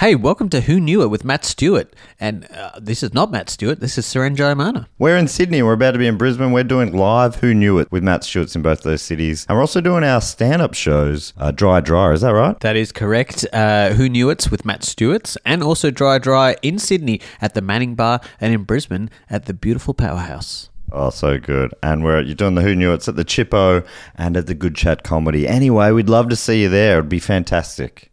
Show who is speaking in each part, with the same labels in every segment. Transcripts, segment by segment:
Speaker 1: Hey, welcome to Who Knew It with Matt Stewart. And uh, this is not Matt Stewart, this is Seren Jayamana.
Speaker 2: We're in Sydney. We're about to be in Brisbane. We're doing live Who Knew It with Matt Schultz in both those cities. And we're also doing our stand up shows, uh, Dry Dry. Is that right?
Speaker 1: That is correct. Uh, Who Knew It's with Matt Stewart's and also Dry Dry in Sydney at the Manning Bar and in Brisbane at the beautiful Powerhouse.
Speaker 2: Oh, so good. And we're you're doing the Who Knew It's at the Chippo and at the Good Chat Comedy. Anyway, we'd love to see you there. It'd be fantastic.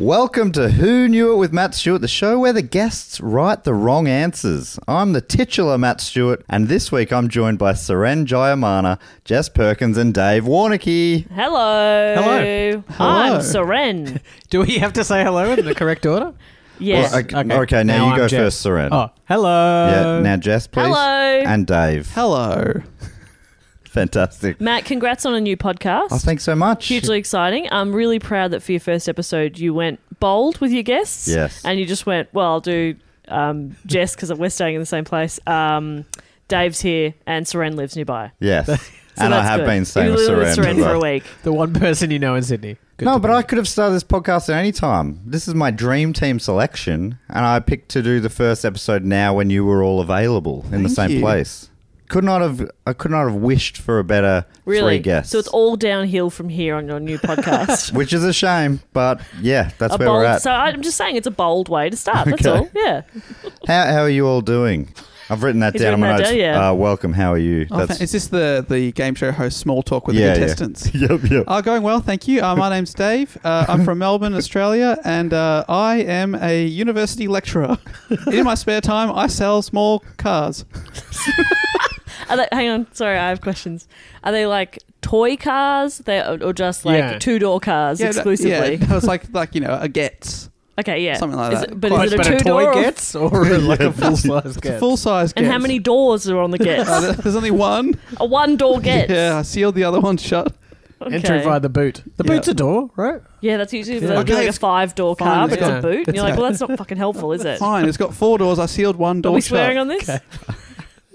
Speaker 2: Welcome to Who Knew It with Matt Stewart, the show where the guests write the wrong answers. I'm the titular Matt Stewart, and this week I'm joined by Seren Jayamana, Jess Perkins, and Dave Warnicky.
Speaker 3: Hello.
Speaker 1: Hello.
Speaker 3: I'm Soren.
Speaker 1: Do we have to say hello in the correct order?
Speaker 3: Yes.
Speaker 2: Well, okay, okay, now, you
Speaker 1: I'm
Speaker 2: go
Speaker 1: Jess.
Speaker 2: first, Seren.
Speaker 1: Oh, hello.
Speaker 2: Yeah, now Jess, please.
Speaker 3: Hello.
Speaker 2: And Dave.
Speaker 4: Hello.
Speaker 2: Fantastic.
Speaker 3: Matt, congrats on a new podcast.
Speaker 2: Oh, thanks so much.
Speaker 3: Hugely exciting. I'm really proud that for your first episode, you went bold with your guests.
Speaker 2: Yes.
Speaker 3: And you just went, well, I'll do um, Jess because we're staying in the same place. Um, Dave's here and Soren lives nearby.
Speaker 2: Yes.
Speaker 3: So
Speaker 2: and I
Speaker 3: that's
Speaker 2: have
Speaker 3: good.
Speaker 2: been saying
Speaker 3: you lived with
Speaker 2: Seren.
Speaker 3: Soren
Speaker 2: as
Speaker 3: for a
Speaker 2: well.
Speaker 3: week.
Speaker 4: The one person you know in Sydney. Good
Speaker 2: No,
Speaker 4: to
Speaker 2: but
Speaker 4: know.
Speaker 2: I could have started this podcast at any time. This is my dream team selection, and I picked to do the first episode now when you were all available in the
Speaker 4: Thank
Speaker 2: same
Speaker 4: you.
Speaker 2: place. Could not have I could not have wished for a better
Speaker 3: Really?
Speaker 2: three guests.
Speaker 3: So it's all downhill from here on your new podcast.
Speaker 2: which is a shame, but yeah, that's
Speaker 3: a
Speaker 2: where we're
Speaker 3: bold.
Speaker 2: at.
Speaker 3: So I'm just saying it's a bold way to start. That's
Speaker 2: Okay.
Speaker 3: all. Yeah.
Speaker 2: how, how are you all doing? I've written that
Speaker 3: He's
Speaker 2: down. in my
Speaker 3: written that
Speaker 2: notes.
Speaker 3: down, yeah.
Speaker 2: uh, welcome. How are you?
Speaker 4: Oh, thank- is this the, the game show host small talk with
Speaker 2: Yeah,
Speaker 4: the
Speaker 2: yeah.
Speaker 4: contestants?
Speaker 2: yep, yep.
Speaker 4: Oh, going well, thank you. Uh, my name's Dave. Uh, I'm from Melbourne, Australia, and uh, I am a university lecturer. In my spare time, I sell small cars.
Speaker 3: Are they, hang on, sorry, I have questions. Are they like toy cars? They or or just like
Speaker 4: Yeah.
Speaker 3: two door cars
Speaker 4: Yeah, that-
Speaker 3: exclusively?
Speaker 4: Yeah, it's like like you know a Getz,
Speaker 3: Okay, yeah,
Speaker 4: Something like
Speaker 3: Is
Speaker 4: that.
Speaker 3: it- but
Speaker 4: Quite-
Speaker 3: is it
Speaker 4: but
Speaker 3: a
Speaker 4: a
Speaker 3: two door?
Speaker 1: Toy
Speaker 3: Or,
Speaker 1: gets or like a full size
Speaker 4: it's a
Speaker 1: gets?
Speaker 4: full size.
Speaker 3: and how many doors are on the get?
Speaker 4: Uh, there's only one.
Speaker 3: a one door get.
Speaker 4: Yeah, I sealed the other one shut.
Speaker 3: okay.
Speaker 1: entry via the boot. The
Speaker 4: Yeah.
Speaker 1: boot's a door, right?
Speaker 3: Yeah, that's usually they'll
Speaker 4: Okay,
Speaker 3: do like a
Speaker 4: it's
Speaker 3: five door
Speaker 4: fine,
Speaker 3: car, but
Speaker 4: yeah.
Speaker 3: it's a boot, and you're like,
Speaker 4: It's-
Speaker 3: well, that's not fucking helpful, is it?
Speaker 4: Fine, it's got four doors. I sealed one
Speaker 3: Are
Speaker 4: door.
Speaker 3: we
Speaker 4: shut.
Speaker 3: swearing on this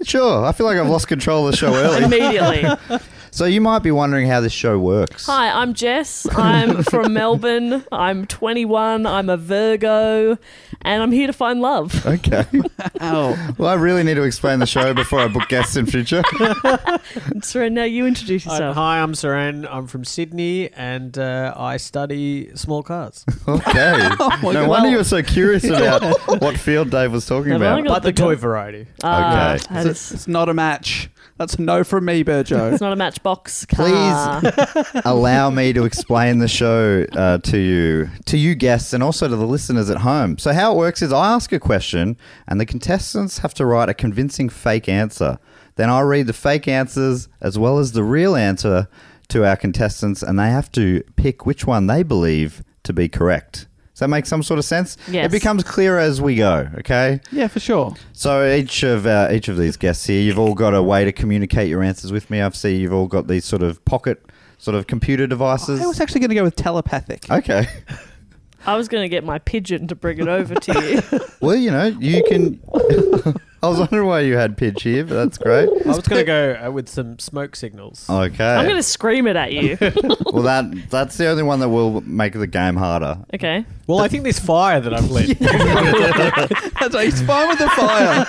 Speaker 2: Sure. I feel like I've lost control of the show early.
Speaker 3: immediately?
Speaker 2: so you might be wondering how this show works.
Speaker 3: Hi, I'm Jess. I'm from Melbourne. I'm 21. I'm a Virgo, and I'm here to find love.
Speaker 2: Okay.
Speaker 4: Ow.
Speaker 2: Well, I really need to explain the show before I book guests in future.
Speaker 3: Sorry, now you introduce
Speaker 1: I'm-
Speaker 3: yourself.
Speaker 1: hi, I'm Seren. I'm from Sydney, and uh, I study small cars.
Speaker 2: Okay. no
Speaker 4: Oh
Speaker 2: wonder
Speaker 4: my God.
Speaker 2: you were so curious about what field Dave was talking
Speaker 3: Have I
Speaker 2: about.
Speaker 1: but
Speaker 3: got-
Speaker 1: the toy variety.
Speaker 3: Ah,
Speaker 2: Okay.
Speaker 3: that
Speaker 4: It's,
Speaker 3: is-
Speaker 4: it's not a match. That's a no from me, Burjo.
Speaker 3: It's not a matchbox car.
Speaker 2: Please allow me to explain the show uh, to you, to you guests, and also to the listeners at home. So, how it works is I ask a question, and the contestants have to write a convincing fake answer. Then I read the fake answers as well as the real answer to our contestants, and they have to pick which one they believe to be correct. Does that make some sort of sense?
Speaker 3: Yes.
Speaker 2: It becomes clearer as we go, okay?
Speaker 4: yeah, for sure.
Speaker 2: So each of uh, each of these guests here, you've all got a way to communicate your answers with me. I've seen you've all got these sort of pocket, sort of computer devices.
Speaker 4: I was actually going to go with telepathic.
Speaker 2: okay.
Speaker 3: I was going to get my pigeon to bring it over to you.
Speaker 2: Well, you know, you can. I was wondering why you had pitch here, but that's great.
Speaker 1: I was going to go uh, with some smoke signals.
Speaker 2: Okay.
Speaker 3: I'm going to scream it at you.
Speaker 2: well, that that's the only one that will make the game harder.
Speaker 3: Okay.
Speaker 1: Well, I think this fire that I've lit.
Speaker 4: That's like, he's fine with the fire.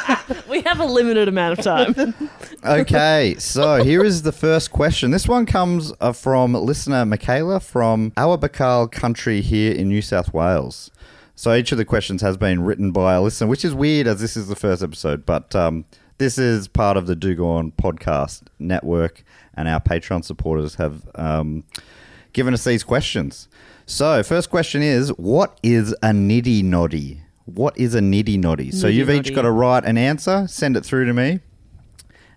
Speaker 3: We have a limited amount of time.
Speaker 2: Okay, so here is the first question. This one comes uh, from listener Michaela from Awabakal country here in New South Wales. So each of the questions has been written by a listener, which is weird as this is the first episode, but um, this is part of the Dugon podcast network, and our Patreon supporters have um, given us these questions. So, first question is what is a nitty noddy? What is a nitty noddy? So you've each
Speaker 3: Nitty-notty.
Speaker 2: got to write an answer, send it through to me,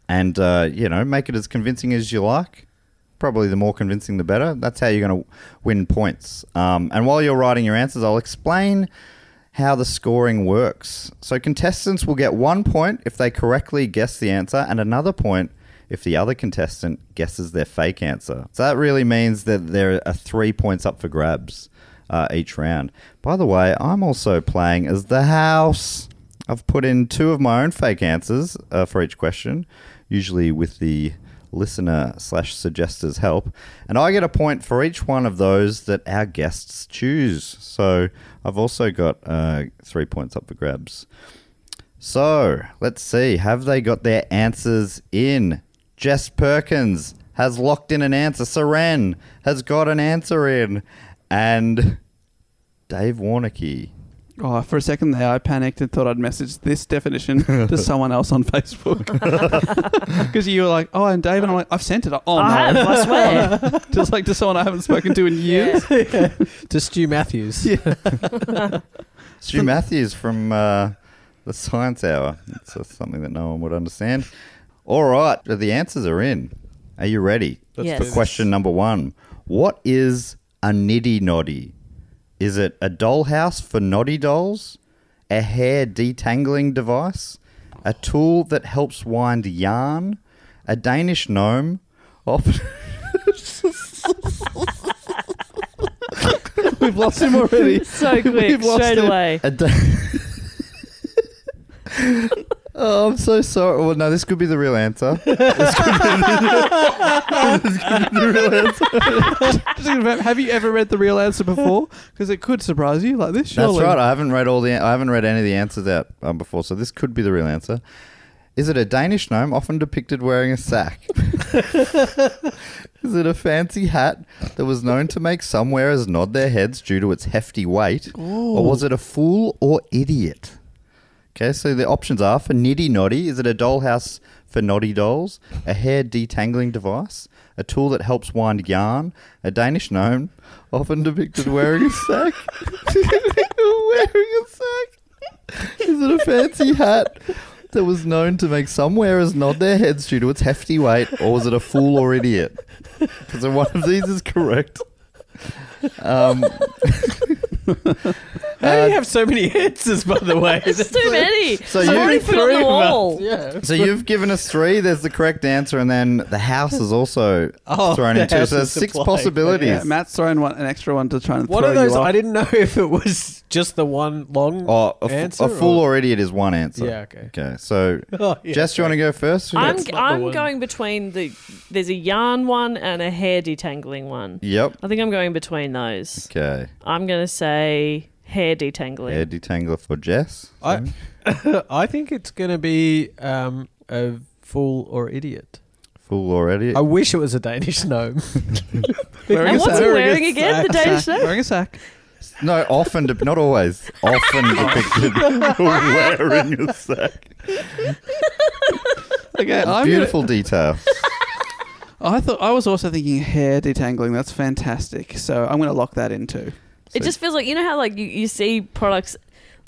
Speaker 2: and uh, you know make it as convincing as you like. Probably the more convincing, the better. That's how you're going to win points. Um, and while you're writing your answers, I'll explain how the scoring works. So contestants will get one point if they correctly guess the answer, and another point if the other contestant guesses their fake answer. So that really means that there are three points up for grabs uh, each round. By the way, I'm also playing as the house. I've put in two of my own fake answers uh, for each question, usually with the listener slash suggester's help, and I get a point for each one of those that our guests choose. So I've also got uh, three points up for grabs. So let's see. Have they got their answers in? Jess Perkins has locked in an answer. Seren has got an answer in. And Dave Warnocky.
Speaker 4: Oh, for a second there, I panicked and thought I'd message this definition to someone else on Facebook because you were like, "Oh, and Dave," and I'm like, "I've sent it." Oh
Speaker 3: I have,
Speaker 4: no,
Speaker 3: I swear.
Speaker 4: just like to someone I haven't spoken to in years.
Speaker 5: to Stu Matthews.
Speaker 2: Stu Matthews from uh, the Science Hour. It's just something that no one would understand. All right, the answers are in. Are you ready?
Speaker 3: Let's Yes.
Speaker 2: For
Speaker 3: do this.
Speaker 2: question number one, what is a nitty noddy? Is it a dollhouse for noddy dolls? A hair detangling device? A tool that helps wind yarn? A Danish gnome? Often.
Speaker 4: We've lost him already.
Speaker 3: so quick,
Speaker 4: We've lost
Speaker 3: straight
Speaker 4: it.
Speaker 3: away.
Speaker 2: A da- oh, I'm so sorry. Well, no, this could be the real answer.
Speaker 4: Just gonna confirm, have you ever read the real answer before? Because it could surprise you like this. Surely.
Speaker 2: That's right. I haven't read all the. I haven't read any of the answers out um, before, so this could be the real answer. Is it a Danish gnome, often depicted wearing a sack? Is it a fancy hat that was known to make some wearers nod their heads due to its hefty weight, or was it a fool or idiot? Okay, so the options are for nitty noddy. Is it a dollhouse for noddy dolls? A hair detangling device? A tool that helps wind yarn? A Danish gnome, often depicted wearing a sack? wearing a sack? Is it a fancy hat that was known to make some wearers nod their heads due to its hefty weight? Or was it a fool or idiot? Because one of these is correct. Um,
Speaker 5: How do you have so many answers, by the way?
Speaker 3: It's too many.
Speaker 2: so
Speaker 3: I've
Speaker 2: you-
Speaker 3: already forgotten them
Speaker 5: Three of us,
Speaker 3: all.
Speaker 5: Yeah.
Speaker 2: So you've given us three. There's the correct answer, and then the house is also
Speaker 5: Oh,
Speaker 2: thrown
Speaker 5: the
Speaker 2: into. So
Speaker 5: house
Speaker 2: there's
Speaker 5: is
Speaker 2: six
Speaker 5: supplied.
Speaker 2: possibilities.
Speaker 4: Yeah, Matt's thrown one, an extra one to try and
Speaker 5: One
Speaker 4: throw
Speaker 5: of those,
Speaker 4: you off.
Speaker 5: I didn't know if it was just the one long
Speaker 2: Oh, a, f-
Speaker 5: answer.
Speaker 2: a fool or? idiot is one answer.
Speaker 5: Yeah, okay.
Speaker 2: Okay. So,
Speaker 5: Oh, yeah,
Speaker 2: Jess, do you want to go first?
Speaker 3: I'm,
Speaker 5: That's not the
Speaker 3: I'm
Speaker 5: one.
Speaker 3: going between the. There's a yarn one and a hair detangling one.
Speaker 2: Yep.
Speaker 3: I think I'm going between those.
Speaker 2: Okay.
Speaker 3: I'm going to say hair detangling.
Speaker 2: Hair detangler for Jess.
Speaker 5: I, I think it's going to be um, a fool or idiot.
Speaker 2: Fool or idiot.
Speaker 5: I wish it was a Danish gnome.
Speaker 4: Wearing
Speaker 3: and
Speaker 4: a
Speaker 3: what's he
Speaker 5: Wearing
Speaker 4: sack.
Speaker 5: a
Speaker 3: wearing again? The
Speaker 5: sack.
Speaker 3: Danish gnome?
Speaker 4: Wearing a sack.
Speaker 2: No, often, de- not always. Often depicted wearing a sack.
Speaker 4: Okay, I'm gonna-
Speaker 2: Beautiful detail.
Speaker 4: I thought I was also thinking hair detangling. That's fantastic. So I'm going to lock that in too.
Speaker 3: It just feels like you know how like you, you see products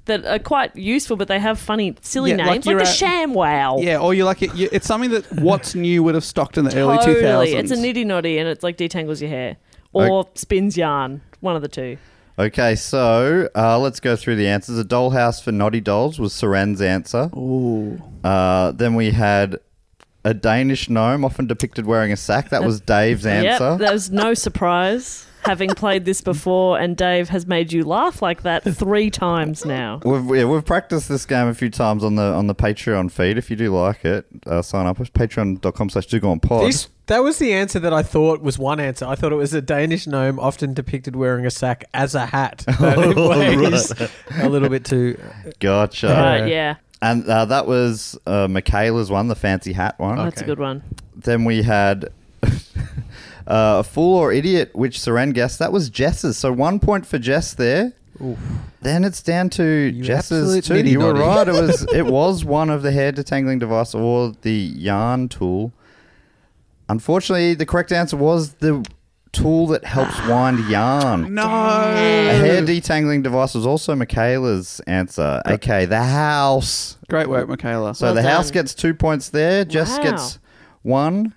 Speaker 3: that are quite useful, but they have funny, silly
Speaker 4: Yeah, like
Speaker 3: names, like,
Speaker 4: you're
Speaker 3: the
Speaker 4: a-
Speaker 3: sham
Speaker 2: Oh.
Speaker 3: wow.
Speaker 4: Yeah, or you like it. You, it's something that What's New would have stocked in the early 2000s.
Speaker 3: totally. It's a nitty notty, and it's like detangles your hair or spins yarn. One of the two.
Speaker 2: Okay, so uh, let's go through the answers. A dollhouse for naughty dolls was Seren's answer.
Speaker 4: Ooh.
Speaker 2: Uh, then we had a Danish gnome, often depicted wearing a sack. That was Dave's answer.
Speaker 3: Yep, that was no surprise. Having played this before, and Dave has made you laugh like that three times now.
Speaker 2: We've, yeah, we've practiced this game a few times on the on the Patreon feed. If you do like it, uh, sign up at patreon.com slash do go on pod.
Speaker 5: This, that was the answer that I thought was one answer. I thought it was a Danish gnome, often depicted wearing a sack as a hat. But it weighs a little bit too. uh,
Speaker 4: Uh,
Speaker 2: Gotcha.
Speaker 3: Right? Yeah,
Speaker 2: And uh, that was uh, Michaela's one, the fancy hat one.
Speaker 3: that's a good one.
Speaker 2: Then we had uh, a fool or idiot, which Seren guessed. That was Jess's. So one point for Jess there. Then it's down to Jess's
Speaker 5: absolute
Speaker 2: too. You were
Speaker 5: nitty-notty.
Speaker 2: right. It was it was one of the hair detangling device or the yarn tool. Unfortunately, the correct answer was the tool that helps wind yarn. A
Speaker 4: No.
Speaker 2: hair detangling device was also Michaela's answer. Okay, the house.
Speaker 4: Great work, Michaela.
Speaker 2: So
Speaker 3: Well
Speaker 2: the house
Speaker 3: done.
Speaker 2: gets two points there. Jess
Speaker 3: Wow.
Speaker 2: gets one,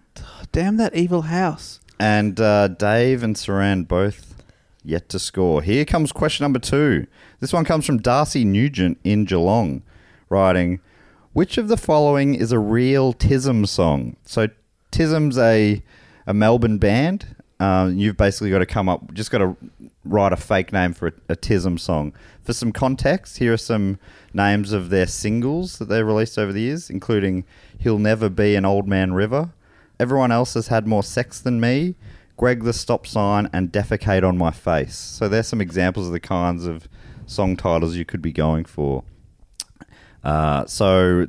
Speaker 4: Damn that evil house.
Speaker 2: and uh, Dave and Saran both yet to score. Here comes question number two. This one comes from Darcy Nugent in Geelong, writing, "Which of the following is a real Tism song?" So Tism's a a Melbourne band. Um, you've basically got to come up, just got to write a fake name for a, a Tism song. For some context, here are some names of their singles that they released over the years, including "He'll Never Be an Old Man River." Everyone else has had more sex than me. Greg the stop sign and defecate on my face. So there's some examples of the kinds of song titles you could be going for. Uh, so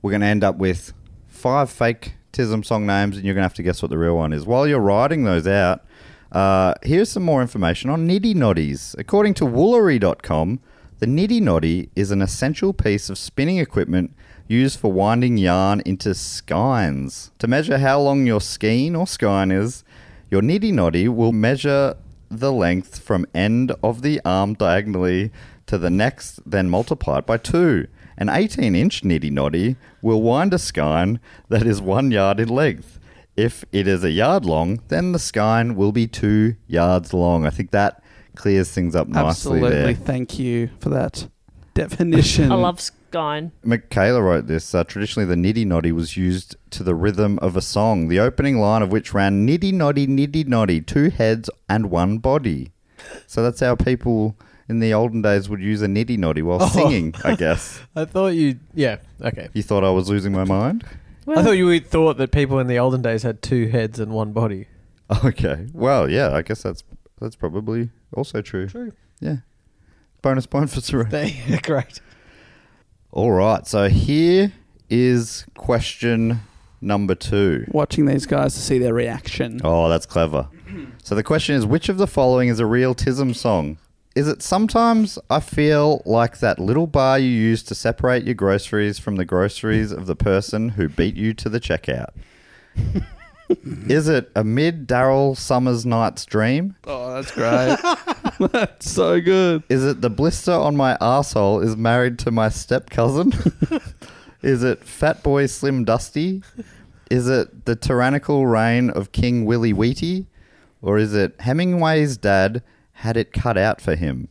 Speaker 2: we're going to end up with five fake TISM song names, and you're going to have to guess what the real one is. While you're writing those out, uh, here's some more information on nitty noddies. According to woolery.com, the nitty noddy is an essential piece of spinning equipment used for winding yarn into skeins. To measure how long your skein or skein is, your nitty noddy will measure the length from end of the arm diagonally to the next, then multiply it by two. An 18 inch nitty noddy will wind a skein that is one yard in length. If it is a yard long, then the skein will be two yards long. I think that clears things up nicely
Speaker 4: Absolutely.
Speaker 2: there.
Speaker 4: Thank you for that definition.
Speaker 3: I love Skine.
Speaker 2: Michaela wrote this. Uh, traditionally, the nitty noddy was used to the rhythm of a song, the opening line of which ran nitty noddy, nitty noddy, two heads and one body. So that's how people in the olden days would use a nitty noddy while singing, I guess.
Speaker 5: I thought you. Yeah. Okay.
Speaker 2: You thought I was losing my mind?
Speaker 5: I thought you thought that people in the olden days had two heads and one body.
Speaker 2: Okay. Well, yeah, I guess that's that's probably also true.
Speaker 5: True.
Speaker 2: Yeah. Bonus point for Sarah.
Speaker 5: They, great.
Speaker 2: All right. So here is question number two.
Speaker 4: watching these guys to see their reaction.
Speaker 2: Oh, that's clever. So the question is which of the following is a real Tism song? Is it sometimes I feel like that little bar you use to separate your groceries from the groceries of the person who beat you to the checkout? is it amid Daryl Summers Night's Dream?
Speaker 4: Oh, that's great. that's so good.
Speaker 2: Is it the blister on my arsehole is married to my step cousin? is it Fat Boy Slim Dusty? Is it the tyrannical reign of King Willy Wheaty? Or is it Hemingway's dad had it cut out for him?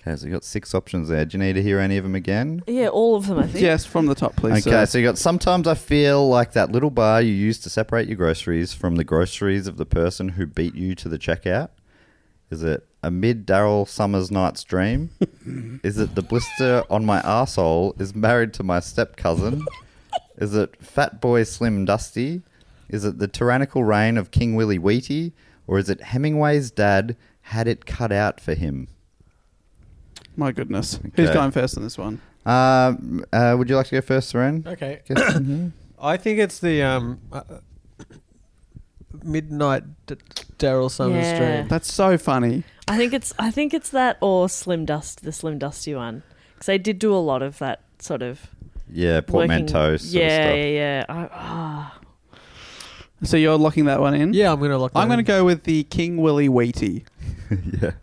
Speaker 2: Okay, so you got six options there. Do you need to hear any of them again?
Speaker 3: Yeah, all of them, I think.
Speaker 4: Yes, from the top, please.
Speaker 2: okay,
Speaker 4: sir.
Speaker 2: so you got sometimes I feel like that little bar you use to separate your groceries from the groceries of the person who beat you to the checkout. Is it amid Daryl Summers Night's dream? is it the blister on my arsehole is married to my step cousin? is it Fat Boy Slim Dusty? Is it the tyrannical reign of King Willy Wheaty? Or is it Hemingway's dad had it cut out for him?
Speaker 4: My goodness. Who's
Speaker 2: Okay.
Speaker 4: going first on this one?
Speaker 2: Uh, uh, would you like to go first, mm-hmm. Seren?
Speaker 5: Okay.
Speaker 2: Guess-
Speaker 5: I think it's the um, uh, Midnight D- Daryl Summers
Speaker 3: Yeah.
Speaker 5: Dream.
Speaker 4: That's so funny.
Speaker 3: I think it's I think it's that or Slim Dust, the Slim Dusty one, because they did do a lot of that sort of
Speaker 2: Yeah,
Speaker 3: working-
Speaker 2: portmanteau. Sort
Speaker 3: yeah,
Speaker 2: of stuff.
Speaker 3: yeah, yeah. I, ah.
Speaker 4: So you're locking that one in?
Speaker 5: Yeah, I'm gonna lock.
Speaker 4: I'm
Speaker 5: that
Speaker 4: going to
Speaker 5: in.
Speaker 4: go with the King Willy Wheaty.
Speaker 3: all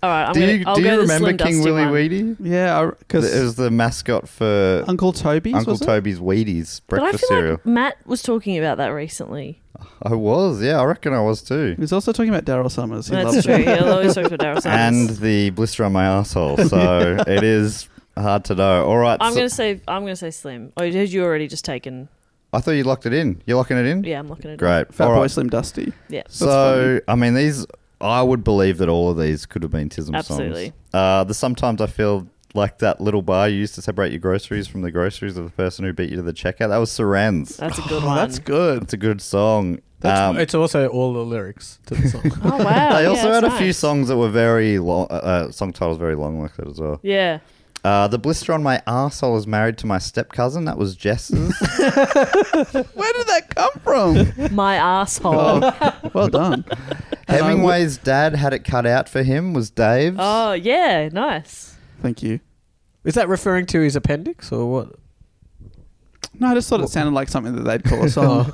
Speaker 3: right. I'm
Speaker 2: do
Speaker 3: gonna,
Speaker 2: you
Speaker 3: I'll
Speaker 2: do
Speaker 3: go
Speaker 2: you
Speaker 3: the
Speaker 2: remember
Speaker 3: Slim
Speaker 2: King
Speaker 3: Dusty
Speaker 2: Willy
Speaker 3: one.
Speaker 2: Weedy?
Speaker 4: Yeah,
Speaker 2: It
Speaker 4: because
Speaker 2: was the mascot for
Speaker 4: Uncle Toby's.
Speaker 2: Uncle
Speaker 4: was it?
Speaker 2: Toby's Wheaties
Speaker 3: But I
Speaker 2: breakfast
Speaker 3: feel
Speaker 2: cereal.
Speaker 3: like Matt was talking about that recently.
Speaker 2: I was, yeah, I reckon I was too.
Speaker 4: He was also talking about Daryl Summers. He
Speaker 3: That's
Speaker 4: loves
Speaker 3: true.
Speaker 4: him.
Speaker 3: Yeah, I always talk about Daryl Summers.
Speaker 2: And the blister on my asshole, so it is hard to know. All right,
Speaker 3: I'm
Speaker 2: so-
Speaker 3: gonna say I'm gonna say Slim. Oh, had you already just taken?
Speaker 2: I thought you locked it in. You're locking it in.
Speaker 3: Yeah, I'm looking at
Speaker 2: Great.
Speaker 4: Fat
Speaker 2: All
Speaker 4: Boy
Speaker 2: right.
Speaker 4: Slim Dusty.
Speaker 3: Yeah.
Speaker 2: So I mean, these I would believe that all of these could have been Tism
Speaker 3: Absolutely.
Speaker 2: songs. Uh, the sometimes I feel like that little bar you used to separate your groceries from the groceries of the person who beat you to the checkout. That was Saran's.
Speaker 3: That's a good
Speaker 4: Oh,
Speaker 3: one.
Speaker 4: that's good.
Speaker 2: It's a good song.
Speaker 5: That's,
Speaker 2: Um,
Speaker 5: it's also all the lyrics to the song.
Speaker 3: Oh wow.
Speaker 2: They
Speaker 3: yeah,
Speaker 2: also
Speaker 3: that's
Speaker 2: had a
Speaker 3: nice.
Speaker 2: few songs that were very long, uh, uh, song titles very long like that as well.
Speaker 3: Yeah.
Speaker 2: Uh, the blister on my arsehole is married to my step cousin. That was Jess's.
Speaker 4: Where did that come from?
Speaker 3: My
Speaker 2: Oh.
Speaker 3: asshole.
Speaker 4: well done. And I would-
Speaker 2: Hemingway's dad had it cut out for him. Was Dave's.
Speaker 3: oh yeah, nice.
Speaker 4: Thank you.
Speaker 5: Is that referring to his appendix or what?
Speaker 4: No, I just thought it sounded like something that they'd call a song.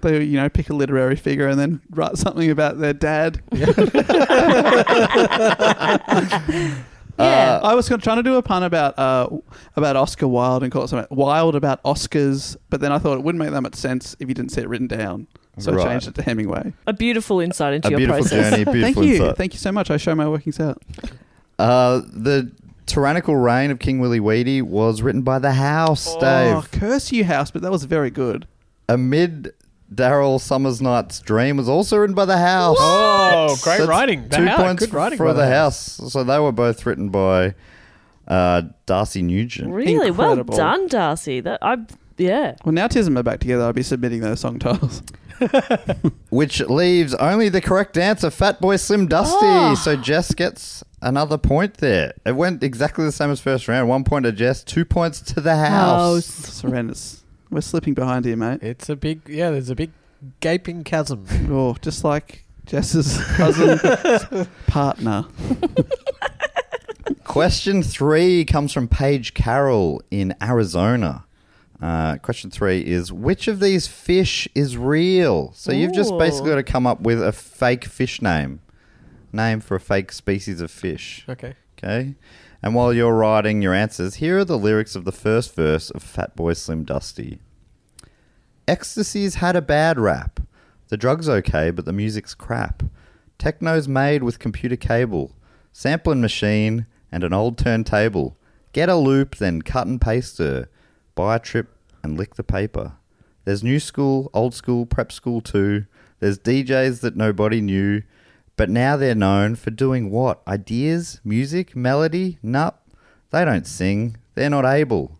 Speaker 4: They, you know, pick a literary figure and then write something about their dad.
Speaker 3: Yeah.
Speaker 4: Uh, I was gonna, trying to do a pun about uh, about Oscar Wilde and call it something wild about Oscars, but then I thought it wouldn't make that much sense if you didn't see it written down. So
Speaker 2: Right.
Speaker 4: I changed it to Hemingway.
Speaker 3: a beautiful insight into
Speaker 2: a
Speaker 3: your
Speaker 2: beautiful
Speaker 3: process.
Speaker 2: journey, beautiful
Speaker 4: Thank you.
Speaker 2: insight.
Speaker 4: Thank you so much. I show my workings out.
Speaker 2: Uh, the tyrannical reign of King Willy Weedy was written by the House,
Speaker 4: Oh,
Speaker 2: Dave.
Speaker 4: curse you, house, but that was very good.
Speaker 2: Amid Daryl Summers Night's Dream was also written by the House.
Speaker 5: Oh, great
Speaker 2: That's
Speaker 5: writing. The
Speaker 2: two
Speaker 5: house.
Speaker 2: points
Speaker 5: Good writing
Speaker 2: for
Speaker 5: by
Speaker 2: the house. So they were both written by uh, Darcy Nugent.
Speaker 3: Really
Speaker 4: Incredible.
Speaker 3: well done, Darcy. That I yeah.
Speaker 4: Well, now Tism are back together. I'll be submitting those song titles.
Speaker 2: Which leaves only the correct answer, Fat Boy Slim Dusty.
Speaker 5: Ah.
Speaker 2: So Jess gets another point there. It went exactly the same as first round. One point to Jess, two points to the house.
Speaker 4: Serenus. We're slipping behind here, mate.
Speaker 5: It's a big, yeah, there's a big gaping chasm.
Speaker 4: Oh, just like Jess's cousin partner.
Speaker 2: Question three comes from Paige Carroll in Arizona. Uh, question three is which of these fish is real? So you've just
Speaker 3: Ooh.
Speaker 2: basically got to come up with a fake fish name, name for a fake species of fish.
Speaker 5: Okay.
Speaker 2: Okay. And while you're writing your answers, here are the lyrics of the first verse of Fatboy Slim Dusty. Ecstasy's had a bad rap. The drug's okay, but the music's crap. Techno's made with computer cable, sampling machine, and an old turntable. Get a loop, then cut and paste her. Buy a trip and lick the paper. There's new school, old school, prep school too. There's DJs that nobody knew, but now they're known for doing what? Ideas, music, melody? Nup. They don't sing. They're not able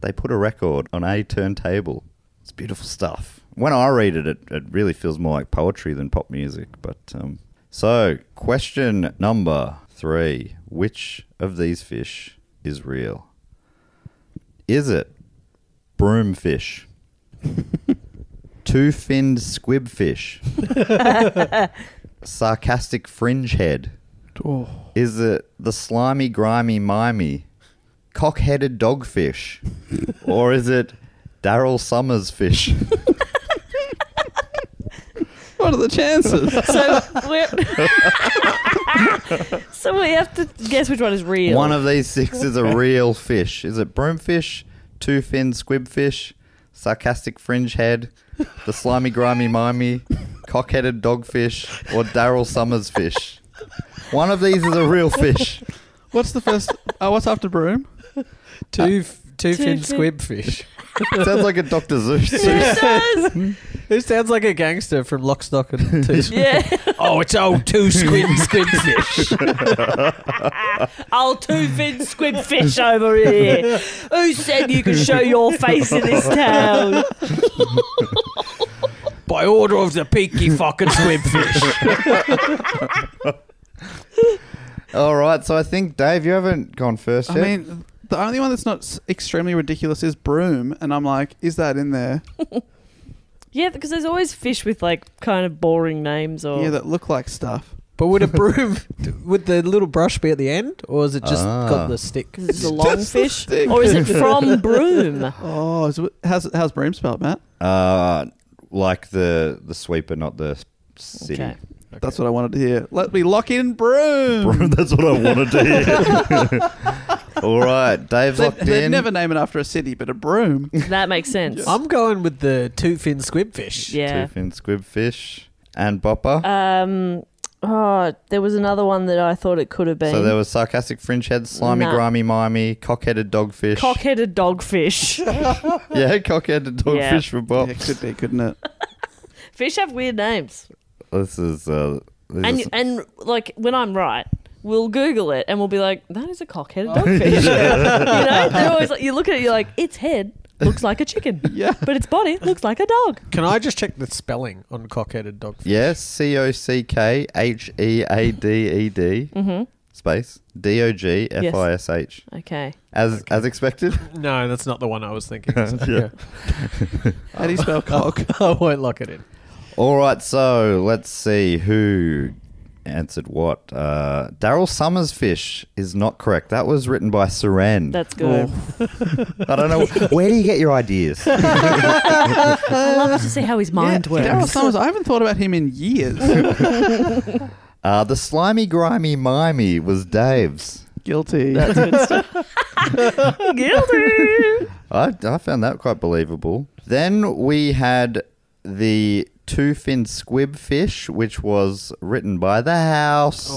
Speaker 2: they put a record on a turntable. It's beautiful stuff. When I read it, it, it really feels more like poetry than pop music. But um, so, question number three: Which of these fish is real? Is it broomfish, two-finned squibfish, sarcastic fringe head?
Speaker 4: Oh,
Speaker 2: Is it the slimy, grimy, mimey, cock headed dogfish? or is it Daryl Summers fish?
Speaker 4: what are the chances?
Speaker 3: So we so we have to guess which one is real.
Speaker 2: One of these six is a real fish. Is it broomfish, two fin squibfish, sarcastic fringe head, the slimy, grimy, mimey, cock headed dogfish, or Daryl Summers fish? One of these is a real fish.
Speaker 4: What's the first? Uh, what's after broom?
Speaker 5: Two, f two fin
Speaker 3: fin-
Speaker 5: squib fish.
Speaker 2: Sounds like a Dr. Zeus.
Speaker 3: Does-
Speaker 5: Who sounds like a gangster from Lock, Stock and Two Squib?
Speaker 3: yeah.
Speaker 5: Oh, it's old Two Squib Squib Fish.
Speaker 3: I'll two fin squid fish over here. Who said you could show your face in this town?
Speaker 5: By order of the Peaky fucking Squib Fish.
Speaker 2: All right, so I think, Dave, you haven't gone first
Speaker 4: I
Speaker 2: yet.
Speaker 4: mean, the only one that's not s- extremely ridiculous is broom, and I'm like, is that in there?
Speaker 3: Yeah, because there's always fish with like kind of boring names or
Speaker 2: Oh.
Speaker 4: Yeah, that look like stuff.
Speaker 5: But would a broom, would the little brush be at the end, or is it just
Speaker 2: Ah.
Speaker 5: got the stick?
Speaker 3: 'Cause it's a long
Speaker 4: Just the
Speaker 3: fish,
Speaker 4: stick.
Speaker 3: or is it from Broom?
Speaker 4: Oh, is it, how's how's broom spelled, Matt?
Speaker 2: Uh, like the the sweeper, not the s- city.
Speaker 3: Okay.
Speaker 4: That's what I wanted to hear. Let me lock in broom.
Speaker 2: Bro, that's what I wanted to hear. All right, Dave's
Speaker 4: They,
Speaker 2: locked
Speaker 4: they'd
Speaker 2: in.
Speaker 4: never name it after a city, but a broom.
Speaker 3: That makes sense.
Speaker 5: I'm going with the two fin squib fish.
Speaker 3: yeah.
Speaker 2: Two-fin squibfish and bopper.
Speaker 3: Um. Oh, there was another one that I thought it could have been.
Speaker 2: so there was sarcastic fringe head, slimy,
Speaker 3: Nah.
Speaker 2: grimy, mimey, cock-headed dogfish.
Speaker 3: cock-headed dogfish.
Speaker 2: yeah, cock-headed dogfish for
Speaker 4: Yeah,
Speaker 2: bop.
Speaker 4: it could be, couldn't it?
Speaker 3: fish have weird names,
Speaker 2: This is uh, this
Speaker 3: and
Speaker 2: is
Speaker 3: and like when I'm right. We'll Google it and we'll be like, that is a
Speaker 4: Oh.
Speaker 3: cock-headed dogfish. you know, they're always like, you look at it, you're like, its head looks like a chicken,
Speaker 4: Yeah.
Speaker 3: but its body looks like a dog.
Speaker 5: Can I just check the spelling on cockheaded dogfish?
Speaker 2: yeah, C O C K H E A D E D
Speaker 3: Mm-hmm.
Speaker 2: space D O G F I S H
Speaker 3: Okay,
Speaker 2: as as expected.
Speaker 5: No, that's not the one I was thinking. so,
Speaker 2: Yeah.
Speaker 4: How do you spell cock?
Speaker 5: yeah. I won't lock it in.
Speaker 2: All right, so let's see who answered what? Uh, Daryl Summers' fish is not correct. That was written by Seren.
Speaker 3: That's good.
Speaker 2: I don't know. Where do you get your ideas? Uh,
Speaker 3: I love to see how his mind
Speaker 4: yeah,
Speaker 3: works.
Speaker 4: Daryl Summers, I haven't thought about him in years.
Speaker 2: Uh, the slimy, grimy, mimey was Dave's.
Speaker 4: Guilty.
Speaker 3: Guilty.
Speaker 2: I, I found that quite believable. Then we had the two fin squib fish, which was written by the house,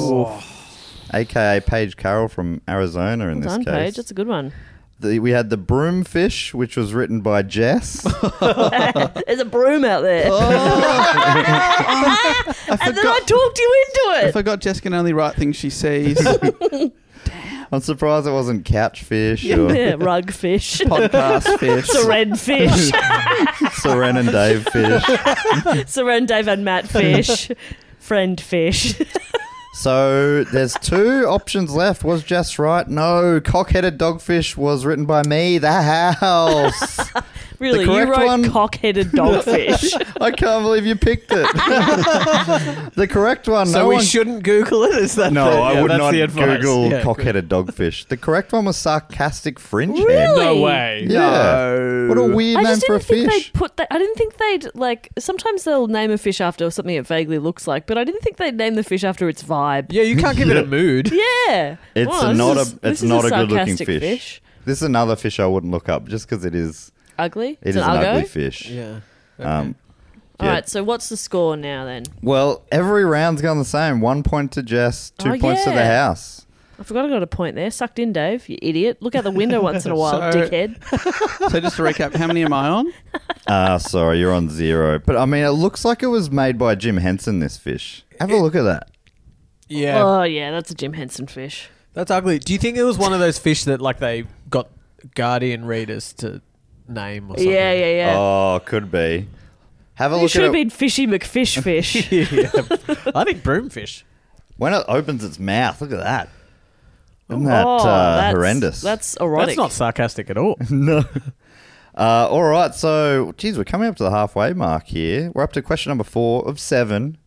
Speaker 2: aka Paige Carroll from Arizona. In this
Speaker 3: Done,
Speaker 2: case,
Speaker 3: Paige. That's a good one.
Speaker 2: The- we had the broom fish, which was written by Jess.
Speaker 3: There's a broom out there.
Speaker 2: Oh.
Speaker 3: and then I talked you into
Speaker 4: I
Speaker 3: it.
Speaker 4: forgot Jess can only write things she sees.
Speaker 2: I'm surprised it wasn't couch fish or
Speaker 3: Yeah, rug fish.
Speaker 4: Podcast fish.
Speaker 3: Seren fish.
Speaker 2: Seren and Dave fish.
Speaker 3: Seren, Dave, and Matt fish. Friend fish.
Speaker 2: So there's two options left. Was Jess right? No. Cock-headed dogfish was written by me. The house.
Speaker 3: Really, you
Speaker 2: correct
Speaker 3: wrote
Speaker 2: one-
Speaker 3: cock-headed dogfish.
Speaker 2: I can't believe you picked it. the correct one.
Speaker 5: So
Speaker 2: no
Speaker 5: we
Speaker 2: one...
Speaker 5: shouldn't Google it. Is that
Speaker 2: No,
Speaker 5: the-
Speaker 2: I
Speaker 5: yeah,
Speaker 2: would
Speaker 5: that's
Speaker 2: not
Speaker 5: the advice.
Speaker 2: Google
Speaker 5: Yeah,
Speaker 2: cock-headed dogfish. The correct one was sarcastic fringe head.
Speaker 3: Really?
Speaker 5: No way.
Speaker 2: Yeah.
Speaker 5: No.
Speaker 2: What a weird
Speaker 3: I
Speaker 2: name
Speaker 3: just
Speaker 2: for a
Speaker 3: didn't think
Speaker 2: fish.
Speaker 3: they'd put that. I didn't think they'd like. Sometimes they'll name a fish after something it vaguely looks like, but I didn't think they'd name the fish after its vibe.
Speaker 5: Yeah, you can't give it a mood.
Speaker 3: Yeah,
Speaker 2: It's
Speaker 3: Wow,
Speaker 2: a
Speaker 3: this
Speaker 2: not
Speaker 3: is-
Speaker 2: a
Speaker 3: this
Speaker 2: it's
Speaker 3: is
Speaker 2: not a, good looking
Speaker 3: sarcastic
Speaker 2: fish. This is another fish I wouldn't look up just because it is
Speaker 3: Ugly.
Speaker 2: it is
Speaker 3: it's
Speaker 2: an,
Speaker 3: an, algo.
Speaker 2: ugly fish.
Speaker 5: Yeah.
Speaker 2: Um,
Speaker 3: All
Speaker 2: yeah.
Speaker 3: right. So what's the score now then?
Speaker 2: Well, every round's gone the same. One point to Jess, two
Speaker 3: Oh,
Speaker 2: points to the
Speaker 3: yeah.
Speaker 2: house.
Speaker 3: I forgot I got a point there. Sucked in, Dave. You idiot. Look out the window once in a while,
Speaker 4: So-
Speaker 3: dickhead.
Speaker 4: So just to recap, how many am I on?
Speaker 2: Ah, sorry, you're on zero. But I mean, it looks like it was made by Jim Henson. This fish. Have a look at that.
Speaker 5: Yeah.
Speaker 3: Oh yeah, that's a Jim Henson fish.
Speaker 5: That's ugly. Do you think it was one of those fish that like they got Guardian readers to name or something?
Speaker 3: Yeah, yeah, yeah.
Speaker 2: Oh, could be. Have a
Speaker 3: You
Speaker 2: Oh, look
Speaker 3: should
Speaker 2: at
Speaker 3: have
Speaker 2: it.
Speaker 3: been Fishy McFish fish.
Speaker 5: I think broomfish.
Speaker 2: When it opens its mouth, look at that. Isn't that
Speaker 3: oh,
Speaker 2: uh,
Speaker 3: that's,
Speaker 2: horrendous?
Speaker 3: That's erotic.
Speaker 5: That's not sarcastic at all.
Speaker 2: Uh, all right, so, geez, we're coming up to the halfway mark here. We're up to question number four of seven.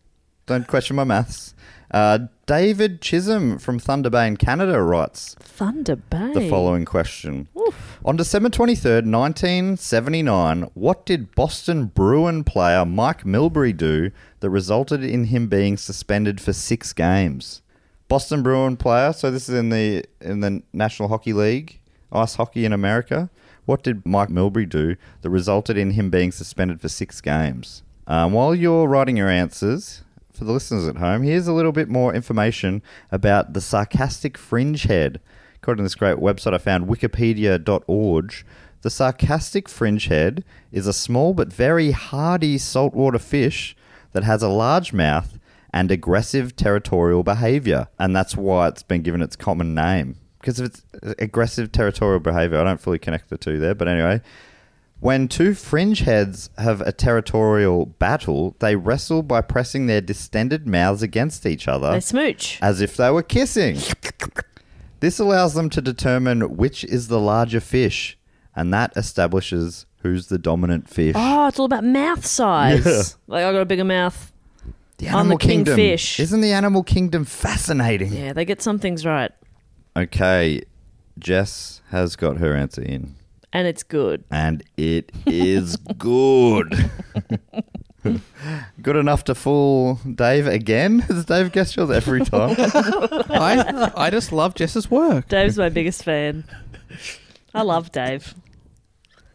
Speaker 2: Don't question my maths. Uh, David Chisholm from Thunder Bay in Canada writes
Speaker 3: Thunder Bay.
Speaker 2: the following question. On December 23rd, 1979, what did Boston Bruin player Mike Milbury do that resulted in him being suspended for six games? Boston Bruin player, so this is in the in the National Hockey League, ice hockey in America. What did Mike Milbury do that resulted in him being suspended for six games? Um, while you're writing your answers, for the listeners at home, here's a little bit more information about the sarcastic fringe head. According to this great website I found, wikipedia.org, the sarcastic fringe head is a small but very hardy saltwater fish that has a large mouth and aggressive territorial behavior. And that's why it's been given its common name. Because of its aggressive territorial behavior, I don't fully connect the two there, but anyway. When two fringe heads have a territorial battle, they wrestle by pressing their distended mouths against each other
Speaker 3: They smooch.
Speaker 2: as if they were kissing. This allows them to determine which is the larger fish, and that establishes who's the dominant fish.
Speaker 3: Oh, it's all about mouth size. Like I got a bigger mouth.
Speaker 2: the
Speaker 3: I'm the kingfish.
Speaker 2: Isn't the animal kingdom fascinating?
Speaker 3: Yeah, they get some things right,
Speaker 2: Okay, Jess has got her answer in,
Speaker 3: and it's good.
Speaker 2: and it is good. good enough to fool Dave again? Has Dave guessed yours every time?
Speaker 4: I, I just love Jess's work.
Speaker 3: Dave's my biggest fan. I love Dave.